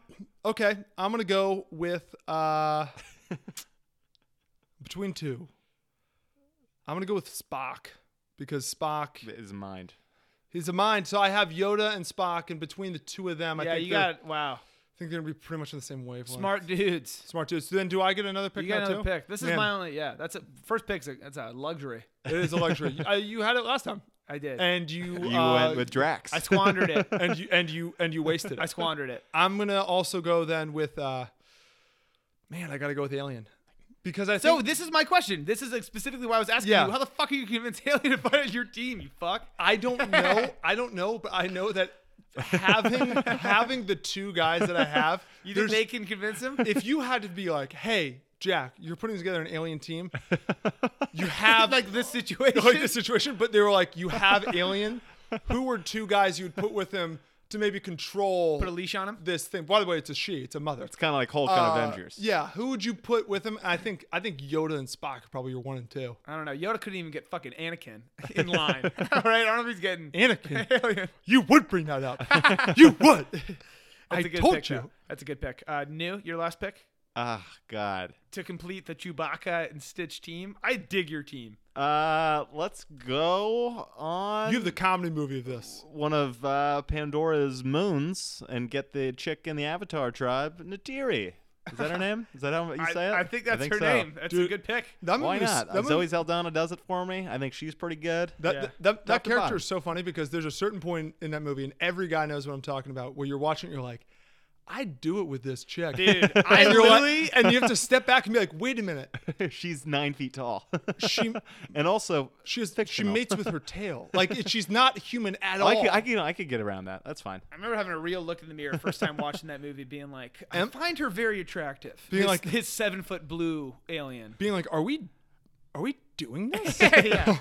Speaker 6: Okay. I'm gonna go with uh. Between two. I'm gonna go with Spock because Spock
Speaker 5: is mind.
Speaker 6: He's a mind. So I have Yoda and Spock, and between the two of them, I
Speaker 3: Yeah,
Speaker 6: think
Speaker 3: you
Speaker 6: they're-
Speaker 3: got wow.
Speaker 6: I think they're gonna be pretty much on the same wavelength.
Speaker 3: Smart dudes.
Speaker 6: smart dudes. So then, do I get another pick?
Speaker 3: You got
Speaker 6: now
Speaker 3: another
Speaker 6: too?
Speaker 3: pick. This is
Speaker 6: Man,
Speaker 3: my only yeah, that's a first pick's a, that's a luxury.
Speaker 6: It is a luxury. uh, you had it last time,
Speaker 3: I did.
Speaker 6: and you
Speaker 5: You
Speaker 6: uh,
Speaker 5: went with Drax.
Speaker 3: I squandered it.
Speaker 6: and you and you and you wasted it.
Speaker 3: I squandered it.
Speaker 6: I'm gonna also go then with. uh Man, I gotta go with Alien because I
Speaker 3: So
Speaker 6: think
Speaker 3: this is my question. This is like specifically why I was asking
Speaker 6: Yeah.
Speaker 3: you. How the fuck are you convinced Haley to fight your team, you fuck?
Speaker 6: I don't know. I don't know, but I know that having having the two guys that I have,
Speaker 3: You
Speaker 6: there's
Speaker 3: think they can convince him?
Speaker 6: if you had to be like, hey, Jack, you're putting together an alien team, you have like this situation, like this situation, but they were like, you have alien. Who were two guys you'd put with him to maybe control
Speaker 3: Put a leash on him?
Speaker 6: this thing? By the way, it's a she, it's a mother.
Speaker 5: it's kind of like Hulk on Avengers.
Speaker 6: Yeah, who would you put with him? I think I think Yoda and Spock are probably your one and two.
Speaker 3: I don't know. Yoda couldn't even get fucking Anakin in line. All right, I don't know if he's getting
Speaker 6: Anakin,
Speaker 3: Alien.
Speaker 6: you would bring that up. you would. I
Speaker 3: That's a good
Speaker 6: told
Speaker 3: pick,
Speaker 6: you.
Speaker 3: though. That's a good pick. Uh, new, your last pick
Speaker 5: Ah, God.
Speaker 3: to complete the Chewbacca and Stitch team. I dig your team.
Speaker 5: Uh, let's go on
Speaker 6: You have the comedy movie of this.
Speaker 5: one of uh, Pandora's moons and get the chick in the Avatar tribe, Natiri. Is that her name? Is that how you
Speaker 3: I,
Speaker 5: say it?
Speaker 3: I think that's her
Speaker 5: so.
Speaker 3: name. That's a
Speaker 6: Dude.
Speaker 3: good pick.
Speaker 6: That
Speaker 5: Why
Speaker 6: movie's-
Speaker 5: not?
Speaker 6: That movie-
Speaker 5: Zoe Saldana does it for me. I think she's pretty good.
Speaker 6: That,
Speaker 3: Yeah.
Speaker 6: that, that,
Speaker 5: Top to
Speaker 6: character
Speaker 5: bottom.
Speaker 6: is so funny because there's a certain point in that movie, and every guy knows what I'm talking about, where you're watching it, you're like, I'd do it with this chick.
Speaker 3: Dude, I
Speaker 6: and, you're like-
Speaker 3: literally-
Speaker 6: and you have to step back and be like, wait a minute.
Speaker 5: she's nine feet tall.
Speaker 6: She
Speaker 5: and also,
Speaker 6: she is, she
Speaker 5: Fictional.
Speaker 6: mates with her tail. Like, it, she's not human at all.
Speaker 5: I could, I, could, I could get around that. That's fine.
Speaker 3: I remember having a real look in the mirror first time watching that movie, being like, I
Speaker 6: Am-
Speaker 3: find her very attractive.
Speaker 6: Being
Speaker 3: This-
Speaker 6: like-
Speaker 3: this seven foot blue alien.
Speaker 6: Being like, are we are we doing this?
Speaker 3: yeah,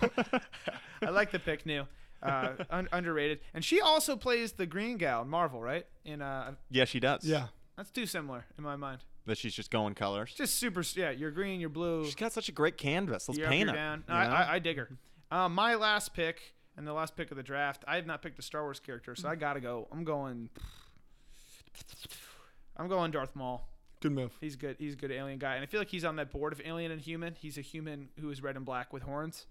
Speaker 3: I like the pick, new. Uh, un- underrated, and she also plays the green gal in Marvel, right? In uh,
Speaker 5: Yeah, she does.
Speaker 6: yeah.
Speaker 3: that's too similar in my mind.
Speaker 5: But she's just going colors.
Speaker 3: Just super, yeah. You're green, you're blue.
Speaker 5: She's got such a great canvas. Let's
Speaker 3: You're up,
Speaker 5: paint
Speaker 3: you're
Speaker 5: her.
Speaker 3: down.
Speaker 5: you
Speaker 3: I,
Speaker 5: know?
Speaker 3: I, I dig her. Uh, my last pick and the last pick of the draft. I have not picked a Star Wars character, so I gotta go. I'm going. I'm going Darth Maul.
Speaker 6: Good move.
Speaker 3: He's good. He's a good alien guy, and I feel like he's on that board of alien and human. He's a human who is red and black with horns.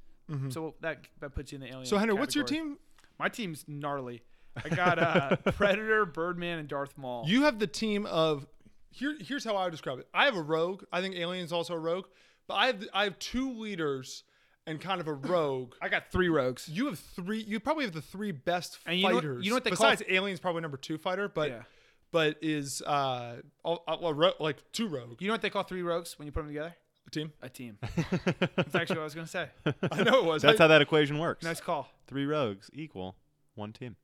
Speaker 3: So that that puts you in the alien.
Speaker 6: Mm-hmm. So Henry, what's your
Speaker 3: category.
Speaker 6: team?
Speaker 3: My team's gnarly. I got uh, Predator, Birdman, and Darth Maul.
Speaker 6: You have the team of here. Here's how I would describe it. I have a rogue. I think Alien's also a rogue, but I have the- I have two leaders and kind of a rogue.
Speaker 3: I got three rogues.
Speaker 6: You have three. You probably have the three best
Speaker 3: And you know
Speaker 6: fighters.
Speaker 3: what- you know what they call-
Speaker 6: Besides, Alien's probably number two fighter, but
Speaker 3: Yeah.
Speaker 6: but is uh all, all- well, ro- like two rogue
Speaker 3: You know what they call three rogues when you put them together?
Speaker 6: team.
Speaker 3: A team. That's actually what I was gonna say.
Speaker 6: I know it was.
Speaker 5: That's
Speaker 6: I-
Speaker 5: how that equation works.
Speaker 3: Nice call.
Speaker 5: Three rogues equal one team.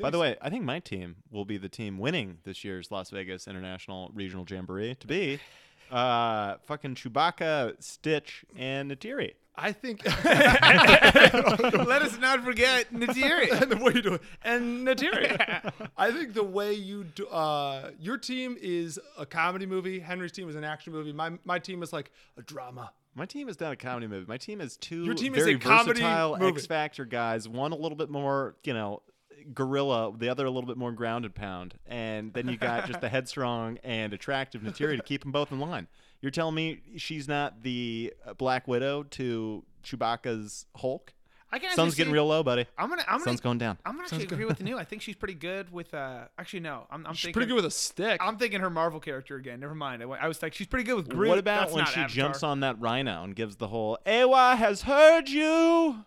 Speaker 5: By the
Speaker 6: Jeez.
Speaker 5: way, I think my team will be the team winning this year's Las Vegas International Regional Jamboree to be uh, fucking Chewbacca, Stitch, and Natiri.
Speaker 6: I think.
Speaker 3: Let us not forget Natiri.
Speaker 6: and the way you do it, and Natiri. I think the way you do, uh, your team is a comedy movie. Henry's team is an action movie. My my team is like a drama.
Speaker 5: My team is not a comedy movie. My team is two
Speaker 6: Your team is
Speaker 5: very
Speaker 6: a comedy
Speaker 5: versatile
Speaker 6: movie.
Speaker 5: X Factor guys. One a little bit more, you know, gorilla. The other a little bit more grounded pound. And then you got just the headstrong and attractive Natiri to keep them both in line. You're telling me she's not the uh, Black Widow to Chewbacca's Hulk?
Speaker 3: I can
Speaker 5: Sun's
Speaker 3: actually
Speaker 5: getting
Speaker 3: see-
Speaker 5: real low, buddy.
Speaker 3: I'm gonna. I'm
Speaker 5: Sun's
Speaker 3: gonna.
Speaker 5: going down.
Speaker 3: I'm gonna actually agree with the new. I think she's pretty good with. uh Actually, no. I'm. I'm
Speaker 6: She's
Speaker 3: thinking,
Speaker 6: pretty good with a stick.
Speaker 3: I'm thinking her Marvel character again. Never mind. I, went- I was like, she's pretty good with Groot.
Speaker 5: what about
Speaker 3: That's
Speaker 5: when
Speaker 3: not
Speaker 5: she
Speaker 3: Avatar.
Speaker 5: jumps on that rhino and gives the whole "Awa has heard you"?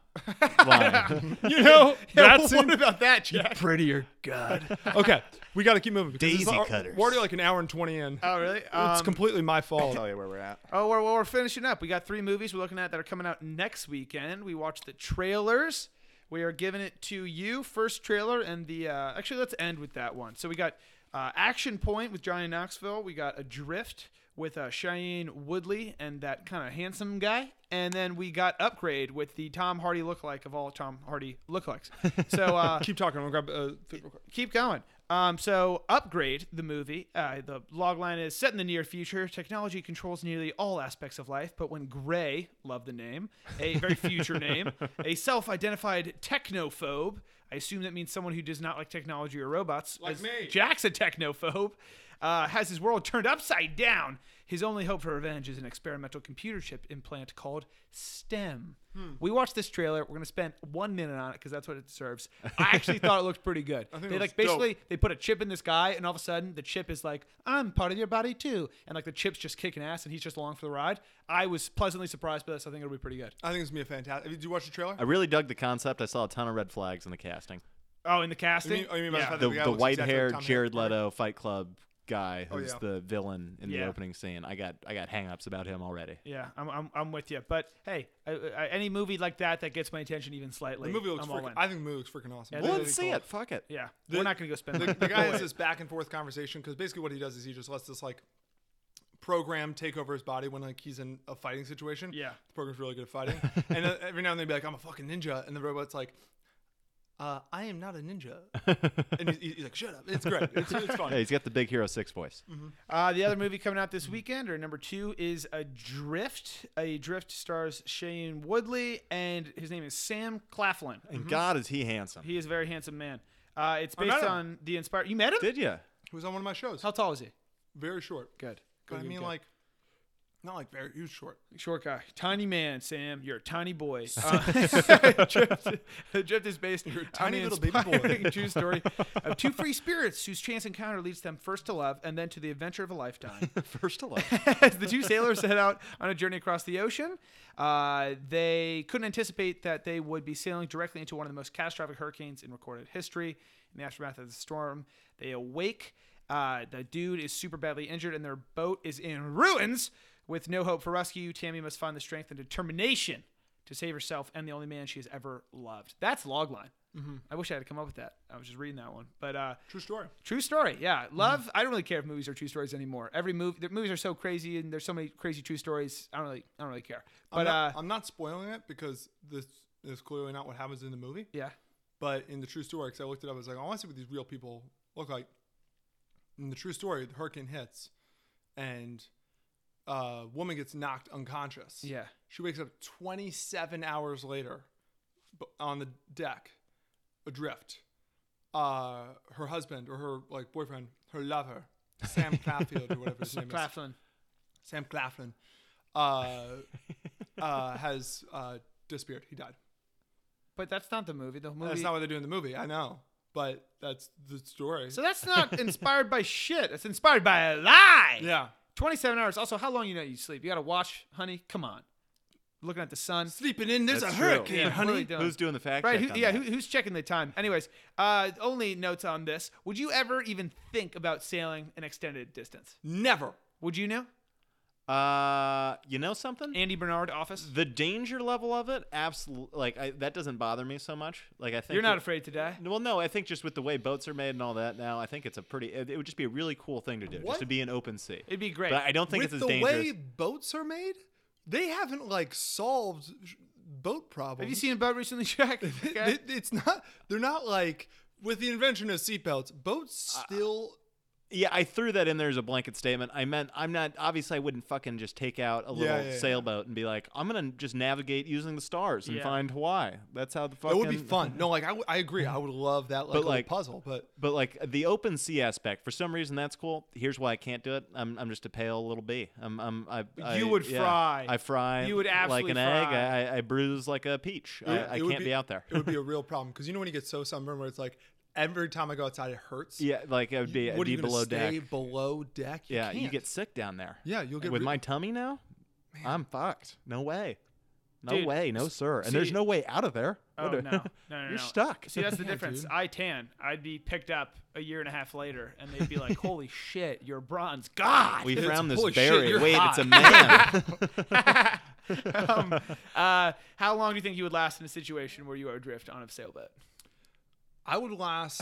Speaker 5: line?
Speaker 6: you know,
Speaker 3: That's
Speaker 6: what
Speaker 3: in-
Speaker 6: about that, Jack?
Speaker 3: Prettier God.
Speaker 6: okay, we got to keep moving. because this is
Speaker 5: Daisy
Speaker 6: al-
Speaker 5: cutters.
Speaker 6: We're already like an hour and twenty in.
Speaker 3: oh really?
Speaker 6: it's
Speaker 3: Um,
Speaker 6: completely my fault.
Speaker 5: you where we're at.
Speaker 3: Oh, we're, well, we're finishing up. We got three movies we're looking at that are coming out next weekend. We watched the trailers. We are giving it to you. First trailer and the. Uh, actually, let's end with that one. So we got uh, Action Point with Johnny Knoxville. We got Adrift with uh, Cheyenne Woodley and that kind of handsome guy. And then we got Upgrade with the Tom Hardy lookalike of all Tom Hardy lookalikes. So uh,
Speaker 6: Keep talking. I'm gonna grab. Uh, th-
Speaker 3: keep going. Um, so upgrade the movie. Uh, the log line is set in the near future. Technology controls nearly all aspects of life, but when Gray, love the name, a very future name, a self-identified technophobe. I assume that means someone who does not like technology or robots. Like
Speaker 6: me.
Speaker 3: Jack's a technophobe. Uh, has his world turned upside down. His only hope for revenge is an experimental computer chip implant called STEM. We watched this trailer. We're gonna spend one minute on it because that's what it deserves. I actually thought it looked pretty good.
Speaker 6: think
Speaker 3: They
Speaker 6: it
Speaker 3: like
Speaker 6: was dope.
Speaker 3: basically they put a chip in this guy, and all of a sudden the chip is like, "I'm part of your body too," and like the chip's just kicking ass, and he's just along for the ride. I was pleasantly surprised by this. I think it'll be pretty good.
Speaker 6: I think it's gonna be a fantastic. Did you watch the trailer?
Speaker 5: I really dug the concept. I saw a ton of red flags in the casting.
Speaker 3: Oh, in the
Speaker 6: You
Speaker 3: casting,
Speaker 6: mean- oh, you mean by
Speaker 3: yeah.
Speaker 6: the fact that
Speaker 5: The,
Speaker 6: guy
Speaker 5: the
Speaker 6: looks
Speaker 5: white
Speaker 6: exactly
Speaker 5: haired
Speaker 6: like Tom
Speaker 5: Jared
Speaker 6: Hanks? Oh,
Speaker 5: Leto Fight Club guy who's
Speaker 6: yeah.
Speaker 5: the villain in the
Speaker 3: Yeah.
Speaker 5: opening scene. I got I got hang ups about him already.
Speaker 3: Yeah, I'm, I'm, I'm with you. But hey, I, I, any movie like that that gets my attention even slightly,
Speaker 6: The movie looks.
Speaker 3: I'm all
Speaker 6: Freaking,
Speaker 3: in.
Speaker 6: I think the movie looks freaking awesome.
Speaker 3: Yeah,
Speaker 5: Well,
Speaker 3: they-
Speaker 5: let's see it. Fuck it.
Speaker 3: yeah,
Speaker 6: The-
Speaker 3: we're not gonna go spend
Speaker 6: the,
Speaker 3: money.
Speaker 6: the guy
Speaker 3: We'll
Speaker 6: has
Speaker 3: wait.
Speaker 6: this back and forth conversation because basically what he does is he just lets this like program take over his body when like he's in a fighting situation.
Speaker 3: Yeah.
Speaker 6: the program's really good at fighting, and uh, every now and then be like, "I'm a fucking ninja," and the robot's like. Uh, I am not a ninja, and he's, he's like, "Shut up!" It's great. It's, it's fun.
Speaker 5: Yeah, he's got the big Hero Six voice.
Speaker 3: Uh, the other movie coming out this weekend, or number two, is Adrift. Adrift stars Shane Woodley, and his name is Sam Claflin.
Speaker 5: And God, is he handsome?
Speaker 3: Mm-hmm. He is a very handsome man. Uh, it's
Speaker 6: met
Speaker 3: based
Speaker 6: him.
Speaker 3: on the inspired. You met him?
Speaker 5: Did you?
Speaker 6: He was on one of my shows.
Speaker 3: How tall is he?
Speaker 6: Very short.
Speaker 3: Good.
Speaker 6: But I
Speaker 3: Good,
Speaker 6: mean,
Speaker 3: good.
Speaker 6: like, not like very. He was short.
Speaker 3: Short guy, tiny man, Sam. You're a tiny boy. Uh, Drift, Drift is based on
Speaker 6: tiny
Speaker 3: the
Speaker 6: little baby boy.
Speaker 3: inspiring True story of two free spirits whose chance encounter leads them first to love and then to the adventure of a lifetime.
Speaker 5: First of all.
Speaker 3: As the two sailors set out on a journey across the ocean, uh, they couldn't anticipate that they would be sailing directly into one of the most catastrophic hurricanes in recorded history. In the aftermath of the storm, they awake. Uh, the dude is super badly injured, and their boat is in ruins. With no hope for rescue, Tammy must find the strength and determination to save herself and the only man she has ever loved. That's logline. I wish I had come up with that. I was just reading that one, but uh,
Speaker 6: True story.
Speaker 3: True story. Yeah, love. I don't really care if movies are true stories anymore. Every movie, the movies are so crazy, and there's so many crazy true stories. I don't really, I don't really care.
Speaker 6: I'm
Speaker 3: But
Speaker 6: not,
Speaker 3: uh,
Speaker 6: I'm not spoiling it because this is clearly not what happens in the movie.
Speaker 3: yeah,
Speaker 6: But in the true story, because I looked it up, I was like, I want to see what these real people look like. In the true story, the hurricane hits, and a woman gets knocked unconscious.
Speaker 3: Yeah.
Speaker 6: She wakes up 27 hours later b- on the deck, adrift. Uh, her husband or her like boyfriend, her lover, Sam Claffield or whatever his name is.
Speaker 3: Claflin.
Speaker 6: Sam Claflin uh, uh, has uh, disappeared. He died.
Speaker 3: But that's not the movie. The movie.
Speaker 6: That's not what they do in the movie. I know, but that's the story.
Speaker 3: so that's not inspired by shit. It's inspired by a lie.
Speaker 6: yeah,
Speaker 3: 27 hours. Also, how long you know you sleep? You got to watch, honey. Come on. Looking at the sun.
Speaker 6: sleeping in. There's
Speaker 5: That's
Speaker 6: a
Speaker 5: true.
Speaker 6: hurricane,
Speaker 3: Yeah, what are we
Speaker 6: honey.
Speaker 5: Who's doing the fact
Speaker 3: Right?
Speaker 5: check?
Speaker 3: Who,
Speaker 5: on
Speaker 3: yeah.
Speaker 5: that?
Speaker 3: Who, who's checking the time? Anyways, uh, only notes on this. Would you ever even think about sailing an extended distance?
Speaker 6: Never.
Speaker 3: Would you know?
Speaker 5: Uh, you know something?
Speaker 3: Andy Bernard, Office.
Speaker 5: the danger level of it, absolutely. Like I, that doesn't bother me so much. Like I think
Speaker 3: You're not
Speaker 5: that-
Speaker 3: afraid to die.
Speaker 5: Well, no, I think just with the way boats are made and all that now, I think it's a pretty. It, it would just be a really cool thing to do,
Speaker 6: What?
Speaker 5: just to be in open sea.
Speaker 3: It'd be great.
Speaker 5: But I don't think
Speaker 6: With
Speaker 5: it's
Speaker 6: the
Speaker 5: as dangerous.
Speaker 6: way boats are made, they haven't like solved sh- boat problems.
Speaker 3: Have you seen a boat recently, Jack? Okay.
Speaker 6: It- it's not. They're not like with the invention of seatbelts. Boats
Speaker 5: Uh,
Speaker 6: still.
Speaker 5: Yeah, I threw that in there as a blanket statement. I meant I'm not obviously I wouldn't fucking just take out a little
Speaker 6: yeah, yeah.
Speaker 5: sailboat and be like, I'm gonna just navigate using the stars and
Speaker 3: Yeah.
Speaker 5: find Hawaii. That's how the fucking
Speaker 6: That would be fun. No, like I, w- I agree. I would love that like, little
Speaker 5: like-
Speaker 6: puzzle, but
Speaker 5: But like the open sea aspect, for some reason that's cool. Here's why I can't do it. I'm, I'm just a pale little bee. I'm, I'm I, I-
Speaker 3: You would
Speaker 5: yeah.
Speaker 3: fry.
Speaker 5: I fry.
Speaker 3: You would absolutely
Speaker 5: like an
Speaker 3: fry.
Speaker 5: egg. I, I bruise like a peach.
Speaker 6: it-
Speaker 5: I, I
Speaker 6: it would
Speaker 5: can't be, out there.
Speaker 6: it would be a real problem because you know when you get so sunburned, where it's like every time I go outside, it hurts.
Speaker 5: yeah, like I would be, I'd
Speaker 6: What are
Speaker 5: be
Speaker 6: you gonna
Speaker 5: below
Speaker 6: stay
Speaker 5: deck.
Speaker 6: below deck? You
Speaker 5: yeah, you
Speaker 6: can't.
Speaker 5: get sick down there.
Speaker 6: Yeah, you'll get
Speaker 5: with
Speaker 6: re-
Speaker 5: my tummy now. I'm fucked. No way. No
Speaker 3: Dude,
Speaker 5: way. No sir. And there's
Speaker 3: see-
Speaker 5: no way out of there.
Speaker 3: Oh
Speaker 5: What
Speaker 3: no,
Speaker 5: a-
Speaker 3: no, no, no!
Speaker 5: You're stuck.
Speaker 3: See, that's the difference. I tan. I'd be picked up a year and a half later, and they'd be like, "Holy shit, you're bronze, God!"
Speaker 5: we
Speaker 6: It's
Speaker 5: found this
Speaker 6: bullshit,
Speaker 5: berry.
Speaker 6: you're
Speaker 5: Wait, it's
Speaker 3: hot.
Speaker 5: a man.
Speaker 3: um, uh, how long do you think you would last in a situation where you are adrift on a sailboat?
Speaker 6: I would last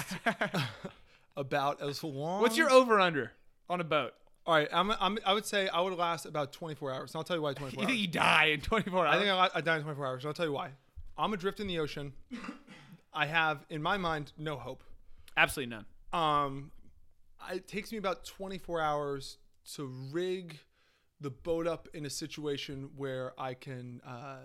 Speaker 6: about as long.
Speaker 3: What's your over under on a boat?
Speaker 6: All right, I'm, I'm, I would say I would last about 24 hours. And I'll tell you why 24
Speaker 3: You
Speaker 6: hours.
Speaker 3: think you die in 24 hours?
Speaker 6: I think I, li- I died in 24 hours. And I'll tell you why. I'm adrift in the ocean. I have, in my mind, no hope.
Speaker 3: Absolutely none.
Speaker 6: Um, I- it takes me about 24 hours to rig the boat up in a situation where I can uh,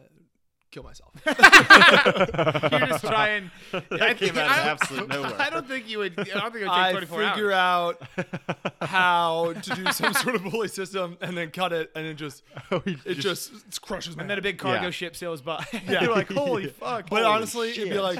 Speaker 6: kill myself.
Speaker 3: You're just trying. I, think,
Speaker 5: Came out of
Speaker 3: I,
Speaker 5: absolute nowhere.
Speaker 3: I don't think you would. I don't think it would take
Speaker 6: I
Speaker 3: 24
Speaker 6: figure
Speaker 3: hours.
Speaker 6: out how to do some sort of pulley system and then cut it, and it just it Oh, just, crushes my.
Speaker 3: and then a big cargo
Speaker 5: Yeah.
Speaker 3: ship sails by. Yeah. You're like, "Holy fuck!"
Speaker 6: But
Speaker 3: holy
Speaker 6: honestly, it'd be like,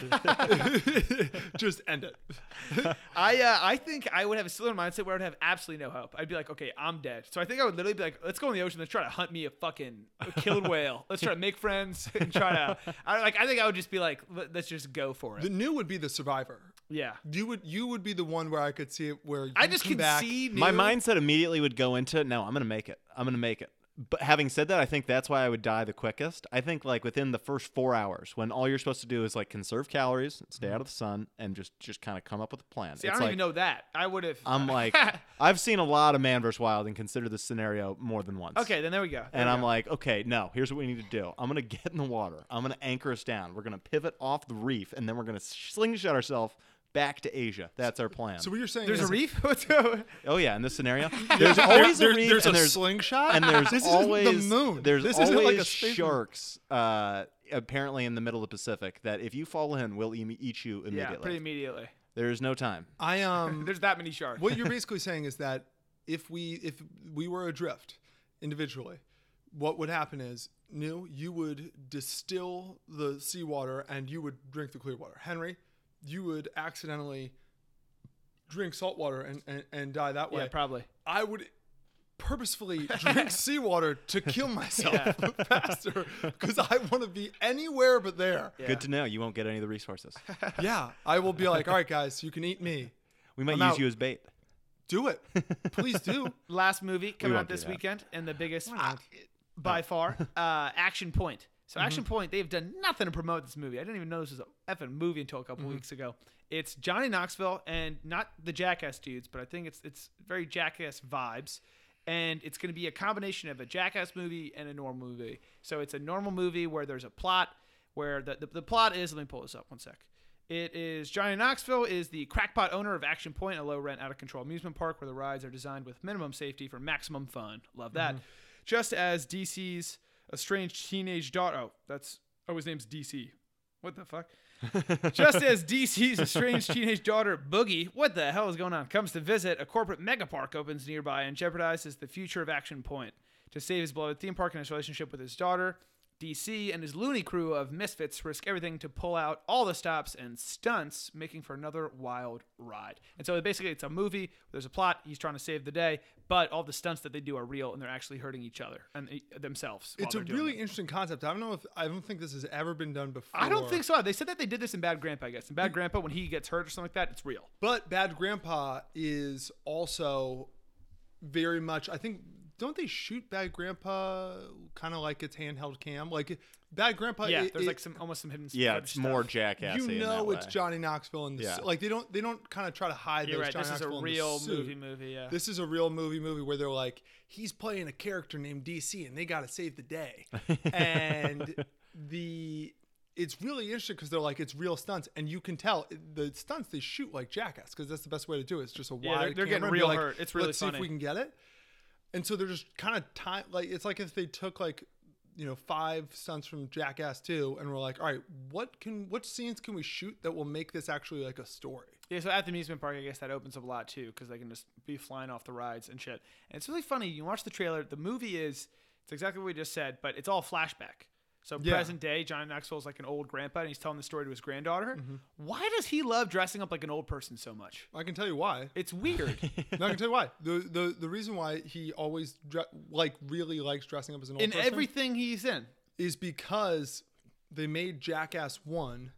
Speaker 6: just end it.
Speaker 3: I uh, I think I would have a similar mindset where I would have absolutely no hope. I'd be like, okay, I'm dead. So I think I would literally be like, let's go in the ocean. Let's try to hunt me a fucking a killed whale. Let's try to make friends and try to. I, like I think I would just be like, let, us just go for it.
Speaker 6: The new would be the survivor.
Speaker 3: yeah.
Speaker 6: You would you would be the one where I could see it where you
Speaker 3: I just
Speaker 6: come
Speaker 3: can
Speaker 6: back.
Speaker 3: see
Speaker 5: My
Speaker 3: new-
Speaker 5: mindset immediately would go into no, I'm gonna make it. I'm gonna make it. But having said that, I think that's why I would die the quickest. I think like within the first four hours, when all you're supposed to do is like conserve calories, stay out of the sun, and just just kind of come up with a plan.
Speaker 3: Mm-hmm. See, I
Speaker 5: It's
Speaker 3: don't
Speaker 5: like-
Speaker 3: even know that. I would have.
Speaker 5: I'm like, I've seen a lot of Man vs. Wild and considered this scenario more than once.
Speaker 3: okay, then there we go. There
Speaker 5: And
Speaker 3: we
Speaker 5: I'm
Speaker 3: go.
Speaker 5: like, okay, no, here's what we need to do. I'm going to get in the water. I'm going to anchor us down. We're going to pivot off the reef, and then we're going to slingshot ourselves back to Asia. That's our plan.
Speaker 6: So what you're saying
Speaker 3: there's a
Speaker 6: is
Speaker 3: reef. What's going-
Speaker 5: oh, yeah, in this scenario, there's always
Speaker 6: there-
Speaker 5: a reef,
Speaker 6: there's
Speaker 5: and
Speaker 6: a
Speaker 5: there's,
Speaker 6: slingshot?
Speaker 5: And there's
Speaker 6: This isn't the
Speaker 5: always,
Speaker 6: moon.
Speaker 5: There's
Speaker 6: This
Speaker 5: always
Speaker 6: isn't like a space-
Speaker 5: sharks, uh, apparently, in the middle of the Pacific that if you fall in, will em- eat you
Speaker 3: yeah,
Speaker 5: immediately.
Speaker 3: pretty immediately.
Speaker 5: there is no time.
Speaker 6: I um
Speaker 3: There's that many sharks.
Speaker 6: what you're basically saying is that if we if we were adrift individually, what would happen is new you would distill the seawater and you would drink the clear water. Henry, you would accidentally drink salt water and, and, and die that way.
Speaker 3: yeah, probably.
Speaker 6: I would purposefully drink seawater to kill myself faster because I want to be anywhere but there. Yeah.
Speaker 5: Good to know. You won't get any of the resources.
Speaker 6: I will be like, all right, guys, you can eat me.
Speaker 5: We might
Speaker 6: I'm
Speaker 5: use
Speaker 6: out.
Speaker 5: you as bait.
Speaker 6: Do it. Please do.
Speaker 3: Last movie coming out
Speaker 5: won't do
Speaker 3: this
Speaker 5: that.
Speaker 3: weekend, and the biggest uh, by far, uh, Action Point. So
Speaker 5: Mm-hmm.
Speaker 3: Action Point, they've done nothing to promote this movie. I didn't even know this was a effing movie until a
Speaker 5: Mm-hmm.
Speaker 3: couple weeks ago. It's Johnny Knoxville and not the Jackass dudes, but I think it's it's very Jackass vibes. And it's going to be a combination of a Jackass movie and a normal movie. So it's a normal movie where there's a plot where the, the, the plot is let me pull this up one sec. It is Johnny Knoxville is the crackpot owner of Action Point, a low rent, out of control amusement park where the rides are designed with minimum safety for maximum fun. Love that. Just as DC's estranged teenage daughter. Oh, that's oh his name's DC. What the fuck? Just as DC's estranged teenage daughter, Boogie, what the hell is going on, comes to visit, a corporate megapark opens nearby and jeopardizes the future of Action Point. To save his beloved theme park and his relationship with his daughter, DC and his loony crew of misfits risk everything to pull out all the stops and stunts, making for another wild ride. And so basically, it's a movie. There's a plot. He's trying to save the day, but all the stunts that they do are real, and they're actually hurting each other and e- themselves. while
Speaker 6: It's a
Speaker 3: they're doing
Speaker 6: really
Speaker 3: it.
Speaker 6: interesting concept. I don't know if I don't think this has ever been done before.
Speaker 3: I don't think so. They said that they did this in Bad Grandpa, I guess. In Bad Grandpa, when he gets hurt or something like that, it's real.
Speaker 6: But Bad Grandpa is also very much. I think don't they shoot Bad Grandpa kind of like it's handheld cam? Like Bad Grandpa.
Speaker 3: Yeah,
Speaker 6: it-
Speaker 3: there's
Speaker 6: it-
Speaker 3: like some almost some hidden.
Speaker 5: Yeah,
Speaker 3: footage
Speaker 5: it's
Speaker 3: stuff.
Speaker 5: more jackassy.
Speaker 6: You
Speaker 5: in that
Speaker 6: know it's
Speaker 5: way.
Speaker 6: Johnny Knoxville and the
Speaker 5: Yeah.
Speaker 6: like. They don't. They don't kind of try to hide.
Speaker 3: You're
Speaker 6: those
Speaker 3: right.
Speaker 6: Johnny
Speaker 3: This is a
Speaker 6: Knoxville in the
Speaker 3: real
Speaker 6: suit.
Speaker 3: movie. Movie. Yeah.
Speaker 6: This is a real movie movie where they're like, he's playing a character named DC and they got to save the day. and the it's really interesting because they're like it's real stunts and you can tell the stunts they shoot like jackass because that's the best way to do it. It's just a wide
Speaker 3: Yeah, they're- they're getting
Speaker 6: camera and be
Speaker 3: real
Speaker 6: like,
Speaker 3: hurt. It's really
Speaker 6: let's see if
Speaker 3: funny."
Speaker 6: we can get it. And so they're just kind of time like it's like if they took like you know five stunts from Jackass 2 and we're like, all right, what can what scenes can we shoot that will make this actually like a story?
Speaker 3: Yeah, so at the amusement park, I guess that opens up a lot too, because they can just be flying off the rides and shit. And it's really funny. You watch the trailer. The movie is it's exactly what we just said, but it's all flashback. So present day, Johnny Knoxville's like an old grandpa, and he's telling the story to his granddaughter.
Speaker 6: Mm-hmm.
Speaker 3: Why does he love dressing up like an old person so much?
Speaker 6: I can tell you why.
Speaker 3: It's weird.
Speaker 6: No, I can tell you why. The the the reason why he always dre- like really likes dressing up as an old
Speaker 3: in
Speaker 6: person
Speaker 3: everything he's in.
Speaker 6: is because they made Jackass one,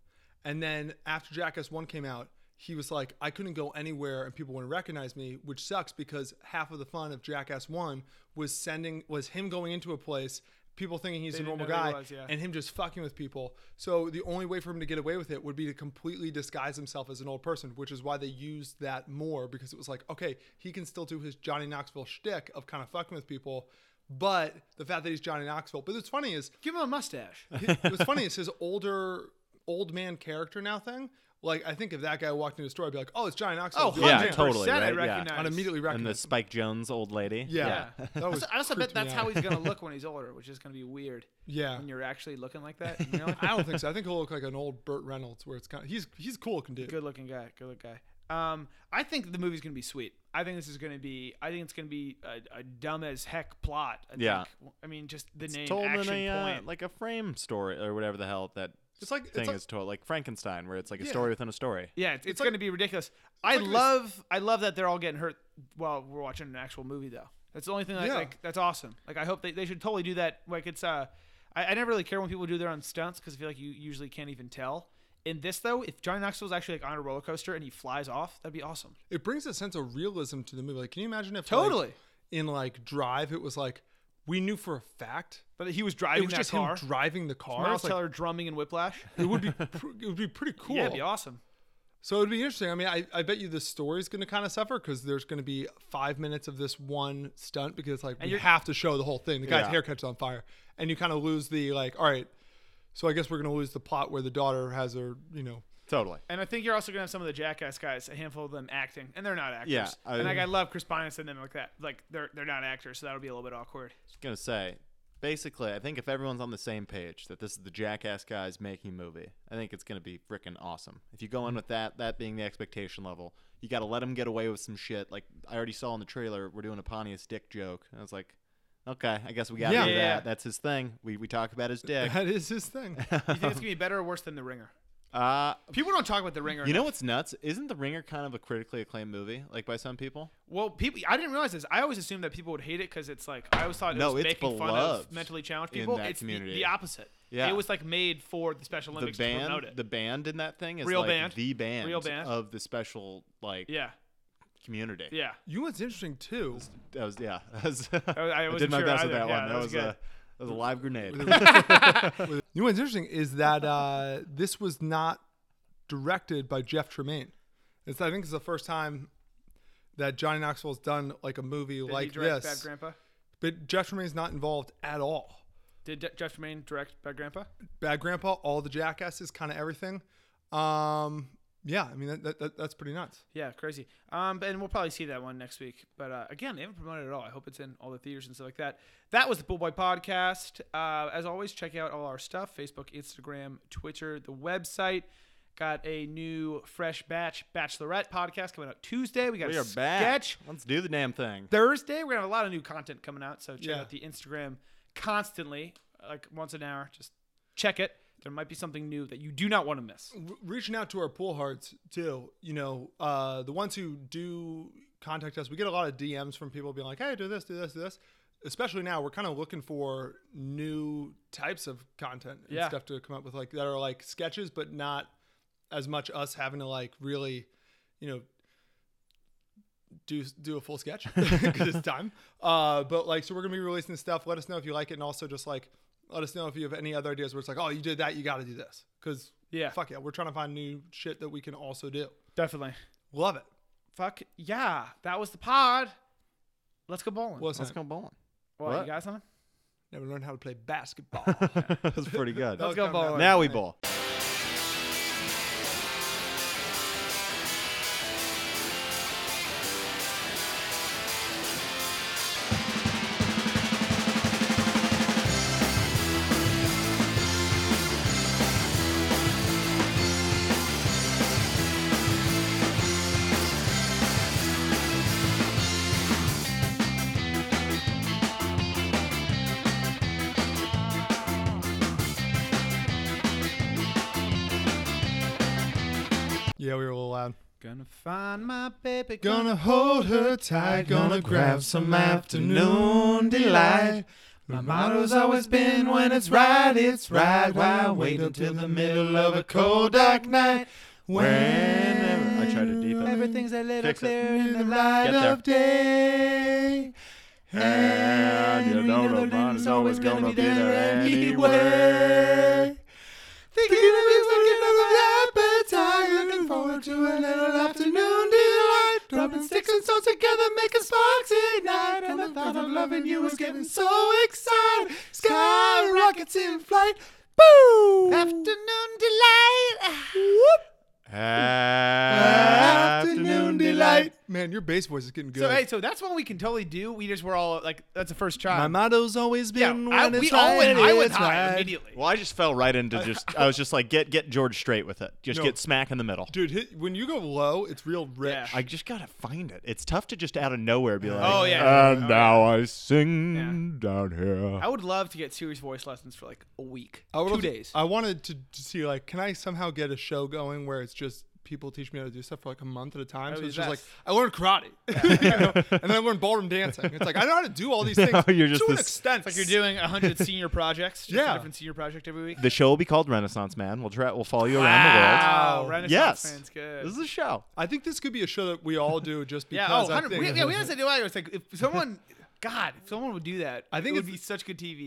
Speaker 6: and then after Jackass one came out, he was like, I couldn't go anywhere and people wouldn't recognize me, which sucks because half of the fun of Jackass one was sending was him going into a place. People thinking he's a
Speaker 3: didn't
Speaker 6: normal
Speaker 3: know who he
Speaker 6: guy
Speaker 3: was, yeah.
Speaker 6: and him just fucking with people. So the only way for him to get away with it would be to completely disguise himself as an old person, which is why they used that more because it was like, okay, he can still do his Johnny Knoxville shtick of kind of fucking with people, but the fact that he's Johnny Knoxville. But what's funny is
Speaker 3: Give him a mustache.
Speaker 6: his- what's funny is his older old man character now thing. Like I think if that guy walked into a store, I'd be like, "Oh, it's Johnny Knoxville."
Speaker 3: Oh,
Speaker 6: It's
Speaker 5: Yeah,
Speaker 6: Johnny
Speaker 3: 100%
Speaker 6: Knoxville."
Speaker 5: totally,
Speaker 3: I
Speaker 5: right? Yeah.
Speaker 3: recognize.
Speaker 6: I'd immediately
Speaker 5: And the
Speaker 6: recognize. him.
Speaker 5: Spike Jones old lady.
Speaker 6: yeah,
Speaker 3: Yeah.
Speaker 6: that was.
Speaker 3: I also bet
Speaker 6: creeped
Speaker 3: that's
Speaker 6: me
Speaker 3: how
Speaker 6: out.
Speaker 3: he's gonna look when he's older, which is gonna be weird.
Speaker 6: Yeah.
Speaker 3: When you're actually looking like that. in real life.
Speaker 6: I don't think so. I think he'll look like an old Burt Reynolds, where it's kind of he's he's a cool looking dude.
Speaker 3: Good looking guy. Good looking guy. Um, I think the movie's gonna be sweet. I think this is gonna be. I think it's gonna be a, a dumb as heck plot. I
Speaker 5: Yeah.
Speaker 3: Think. I mean, just the
Speaker 5: It's
Speaker 3: name
Speaker 5: told
Speaker 3: action
Speaker 5: in a uh,
Speaker 3: point.
Speaker 5: like a frame story or whatever the hell that
Speaker 6: It's like- it's
Speaker 5: thing
Speaker 6: like-
Speaker 5: is told, like Frankenstein, where it's like a story within a story.
Speaker 3: yeah, it's, it's,
Speaker 6: like-
Speaker 3: gonna be ridiculous. I
Speaker 6: like this-
Speaker 3: love. I love that they're all getting hurt while we're watching an actual movie, though. That's the only thing. That,
Speaker 6: Yeah.
Speaker 3: like, that's awesome. Like, I hope they, they should totally do that. Like, it's uh, I, I never really care when people do their own stunts because I feel like you usually can't even tell. In this though, if Johnny Knoxville's actually like on a roller coaster and he flies off, that'd be awesome.
Speaker 6: It brings a sense of realism to the movie. Like, can you imagine if like,
Speaker 3: Totally.
Speaker 6: in like Drive, it was like we knew for a fact
Speaker 3: But he was
Speaker 6: it
Speaker 3: driving
Speaker 6: was
Speaker 3: that
Speaker 6: just
Speaker 3: car.
Speaker 6: him driving the car.
Speaker 3: Miles
Speaker 6: It's like,
Speaker 3: Teller drumming and Whiplash.
Speaker 6: it would be pr- it would be pretty cool.
Speaker 3: Yeah, it'd be awesome.
Speaker 6: So it'd be interesting. I mean, I, I bet you the story's going to kind of suffer because there's going to be five minutes of this one stunt because like we
Speaker 3: you're-
Speaker 6: have to show the whole thing. The guy's
Speaker 5: Yeah.
Speaker 6: haircut's on fire, and you kind of lose the like. All right, so I guess we're going to lose the plot where the daughter has her, you know,
Speaker 5: Totally.
Speaker 3: And I think you're also gonna have some of the Jackass guys, a handful of them acting, and they're not actors.
Speaker 5: Yeah, I-
Speaker 3: and like I love Chris Pontius and them like that. Like they're they're not actors, so that'll be a little bit awkward.
Speaker 5: was gonna say, basically, I think if everyone's on the same page that this is the Jackass guys making movie, I think it's gonna be freaking awesome. If you
Speaker 3: Mm.
Speaker 5: go in with that, that being the expectation level, you gotta let them get away with some shit. Like I already saw in the trailer, we're doing a Pontius dick joke, and I was like, okay, I guess we gotta
Speaker 6: Yeah.
Speaker 5: do
Speaker 3: Yeah.
Speaker 5: that. That's his thing. We we talk about his dick.
Speaker 6: that is his thing.
Speaker 3: You think it's gonna be better or worse than The Ringer?
Speaker 5: Uh,
Speaker 3: People don't talk about The Ringer.
Speaker 5: you know what's nuts? Isn't The Ringer kind of a critically acclaimed movie, like by some people?
Speaker 3: well, people I didn't realize this. I always assumed that people would hate it because it's like I always thought it
Speaker 5: No,
Speaker 3: was
Speaker 5: it's
Speaker 3: making fun of
Speaker 5: beloved
Speaker 3: mentally challenged
Speaker 5: in
Speaker 3: people.
Speaker 5: that
Speaker 3: it's the-
Speaker 5: community.
Speaker 3: The, opposite.
Speaker 5: Yeah.
Speaker 3: it was like made for the Special
Speaker 5: The
Speaker 3: Olympics to promote
Speaker 5: band,
Speaker 3: it.
Speaker 5: the band in that thing is
Speaker 3: Real
Speaker 5: like
Speaker 3: band.
Speaker 5: the band,
Speaker 3: Real band.
Speaker 5: of the special like
Speaker 3: yeah,
Speaker 5: community.
Speaker 3: yeah.
Speaker 6: you know what's interesting too?
Speaker 5: That was yeah. That was,
Speaker 3: I
Speaker 5: I, did
Speaker 3: wasn't
Speaker 5: my
Speaker 3: sure
Speaker 5: best with that
Speaker 3: either. Yeah,
Speaker 5: one.
Speaker 3: that
Speaker 5: That,
Speaker 3: was
Speaker 5: was,
Speaker 3: good.
Speaker 5: a that was a live grenade.
Speaker 6: You know what's interesting is that uh, this was not directed by Jeff Tremaine. It's I think it's the first time that Johnny Knoxville's done like a movie
Speaker 3: Did
Speaker 6: like
Speaker 3: he direct
Speaker 6: this,
Speaker 3: Bad Grandpa?
Speaker 6: but Jeff Tremaine's not involved at all.
Speaker 3: Did D- Jeff Tremaine direct Bad Grandpa?
Speaker 6: Bad Grandpa, all the jackasses, kind of everything. Um, yeah, I mean that, that, that that's pretty nuts.
Speaker 3: Yeah, crazy. Um, and we'll probably see that one next week. But uh, again, they haven't promoted it at all. I hope it's in all the theaters and stuff like that. That was the Bull Boy Podcast. Uh, as always, check out all our stuff: Facebook, Instagram, Twitter, the website. Got a new fresh batch Bachelorette podcast coming out Tuesday. We got
Speaker 5: We
Speaker 3: a
Speaker 5: are back.
Speaker 3: sketch
Speaker 5: Let's do the damn thing.
Speaker 3: Thursday. We're gonna have a lot of new content coming out, so check
Speaker 6: Yeah.
Speaker 3: out the Instagram constantly, like once an hour. Just check it. There might be something new that you do not want to miss.
Speaker 6: re- reaching out to our pool hearts too. You know, uh, the ones who do contact us, we get a lot of DMs from people being like, "Hey, do this, do this, do this." Especially now, we're kind of looking for new types of content and
Speaker 3: Yeah.
Speaker 6: stuff to come up with, like that are like sketches, but not as much us having to like really, you know, do do a full sketch because it's time. Uh, but like, so we're gonna be releasing stuff. Let us know if you like it, and also just like let us know if you have any other ideas where it's like, oh, you did that, you got to do this, because
Speaker 3: Yeah.
Speaker 6: fuck yeah, we're trying to find new shit that we can also do.
Speaker 3: Definitely.
Speaker 6: Love it.
Speaker 3: Fuck yeah! That was the pod. Let's go bowling.
Speaker 6: Well, Let's
Speaker 5: Let's go bowling.
Speaker 3: what,
Speaker 5: what?
Speaker 3: you got something?
Speaker 6: Never learned how to play basketball.
Speaker 5: That was pretty good.
Speaker 3: Let's go bowling.
Speaker 5: now we bowl.
Speaker 6: yeah, we were a little loud.
Speaker 3: Gonna find my baby.
Speaker 6: Gonna hold her tight, gonna grab some afternoon delight. My motto's always been when it's right, it's right. Why wait until the middle of a cold, dark night?
Speaker 5: Whenever- I tried to deep it.
Speaker 3: Everything's a little
Speaker 5: Fix it.
Speaker 3: clearer in the
Speaker 6: the
Speaker 3: light.
Speaker 5: Get
Speaker 6: light
Speaker 5: there.
Speaker 6: of day.
Speaker 5: And Eh, you
Speaker 6: we
Speaker 5: know the
Speaker 6: that
Speaker 5: money's
Speaker 6: it's
Speaker 5: always gonna be there
Speaker 6: anyway. Thinking of you, thinking of the appetite. Looking forward to a little afternoon delight. Dropping sticks and stones together, making sparks ignite. And the thought of loving you is getting so excited. Skyrockets in flight. Boom! Afternoon delight. Whoop!
Speaker 5: Afternoon delight.
Speaker 6: Man, your bass voice is getting good.
Speaker 3: So hey, so that's one we can totally do. We just were all like, that's the first try.
Speaker 6: My motto's always
Speaker 3: yeah,
Speaker 6: been
Speaker 3: I,
Speaker 6: when it's
Speaker 3: we
Speaker 6: right,
Speaker 3: all went. I went
Speaker 6: it's
Speaker 3: high
Speaker 6: right.
Speaker 3: immediately.
Speaker 5: Well, I just fell right into just. I was just like, get get George straight with it. Just
Speaker 6: No.
Speaker 5: get smack in the middle.
Speaker 6: Dude, hit, when you go low, it's real rich.
Speaker 3: Yeah.
Speaker 5: I just gotta find it. It's tough to just out of nowhere be like,
Speaker 3: Oh, yeah.
Speaker 5: And now I sing down here.
Speaker 3: I would love to get serious voice lessons for like a week,
Speaker 6: I would
Speaker 3: two
Speaker 6: love to-
Speaker 3: days.
Speaker 6: I wanted to, to see like, can I somehow get a show going where it's just people teach me how to do stuff for like a month at a time?
Speaker 3: That would
Speaker 6: So
Speaker 3: be
Speaker 6: it's
Speaker 3: the
Speaker 6: just like
Speaker 3: best.
Speaker 6: I learned karate, you know? and then I learned ballroom dancing. It's like I know how to do all these things
Speaker 5: you're just
Speaker 6: to an
Speaker 5: this-
Speaker 6: extent.
Speaker 3: It's like you're doing a hundred senior projects. Just
Speaker 6: Yeah.
Speaker 3: a different senior project every week.
Speaker 5: The show will be called Renaissance Man. We'll try. We'll follow you around
Speaker 3: wow,
Speaker 6: Wow.
Speaker 5: the world.
Speaker 3: Renaissance
Speaker 5: Yes,
Speaker 3: fans, good.
Speaker 5: this is a show.
Speaker 6: I think this could be a show that we all do just
Speaker 3: yeah,
Speaker 6: because.
Speaker 3: oh,
Speaker 6: I
Speaker 3: 100
Speaker 6: think,
Speaker 3: we, yeah, we had to do it. It's like if someone, God, if someone would do that,
Speaker 6: I think
Speaker 3: it would
Speaker 6: it's-
Speaker 3: be such good TV.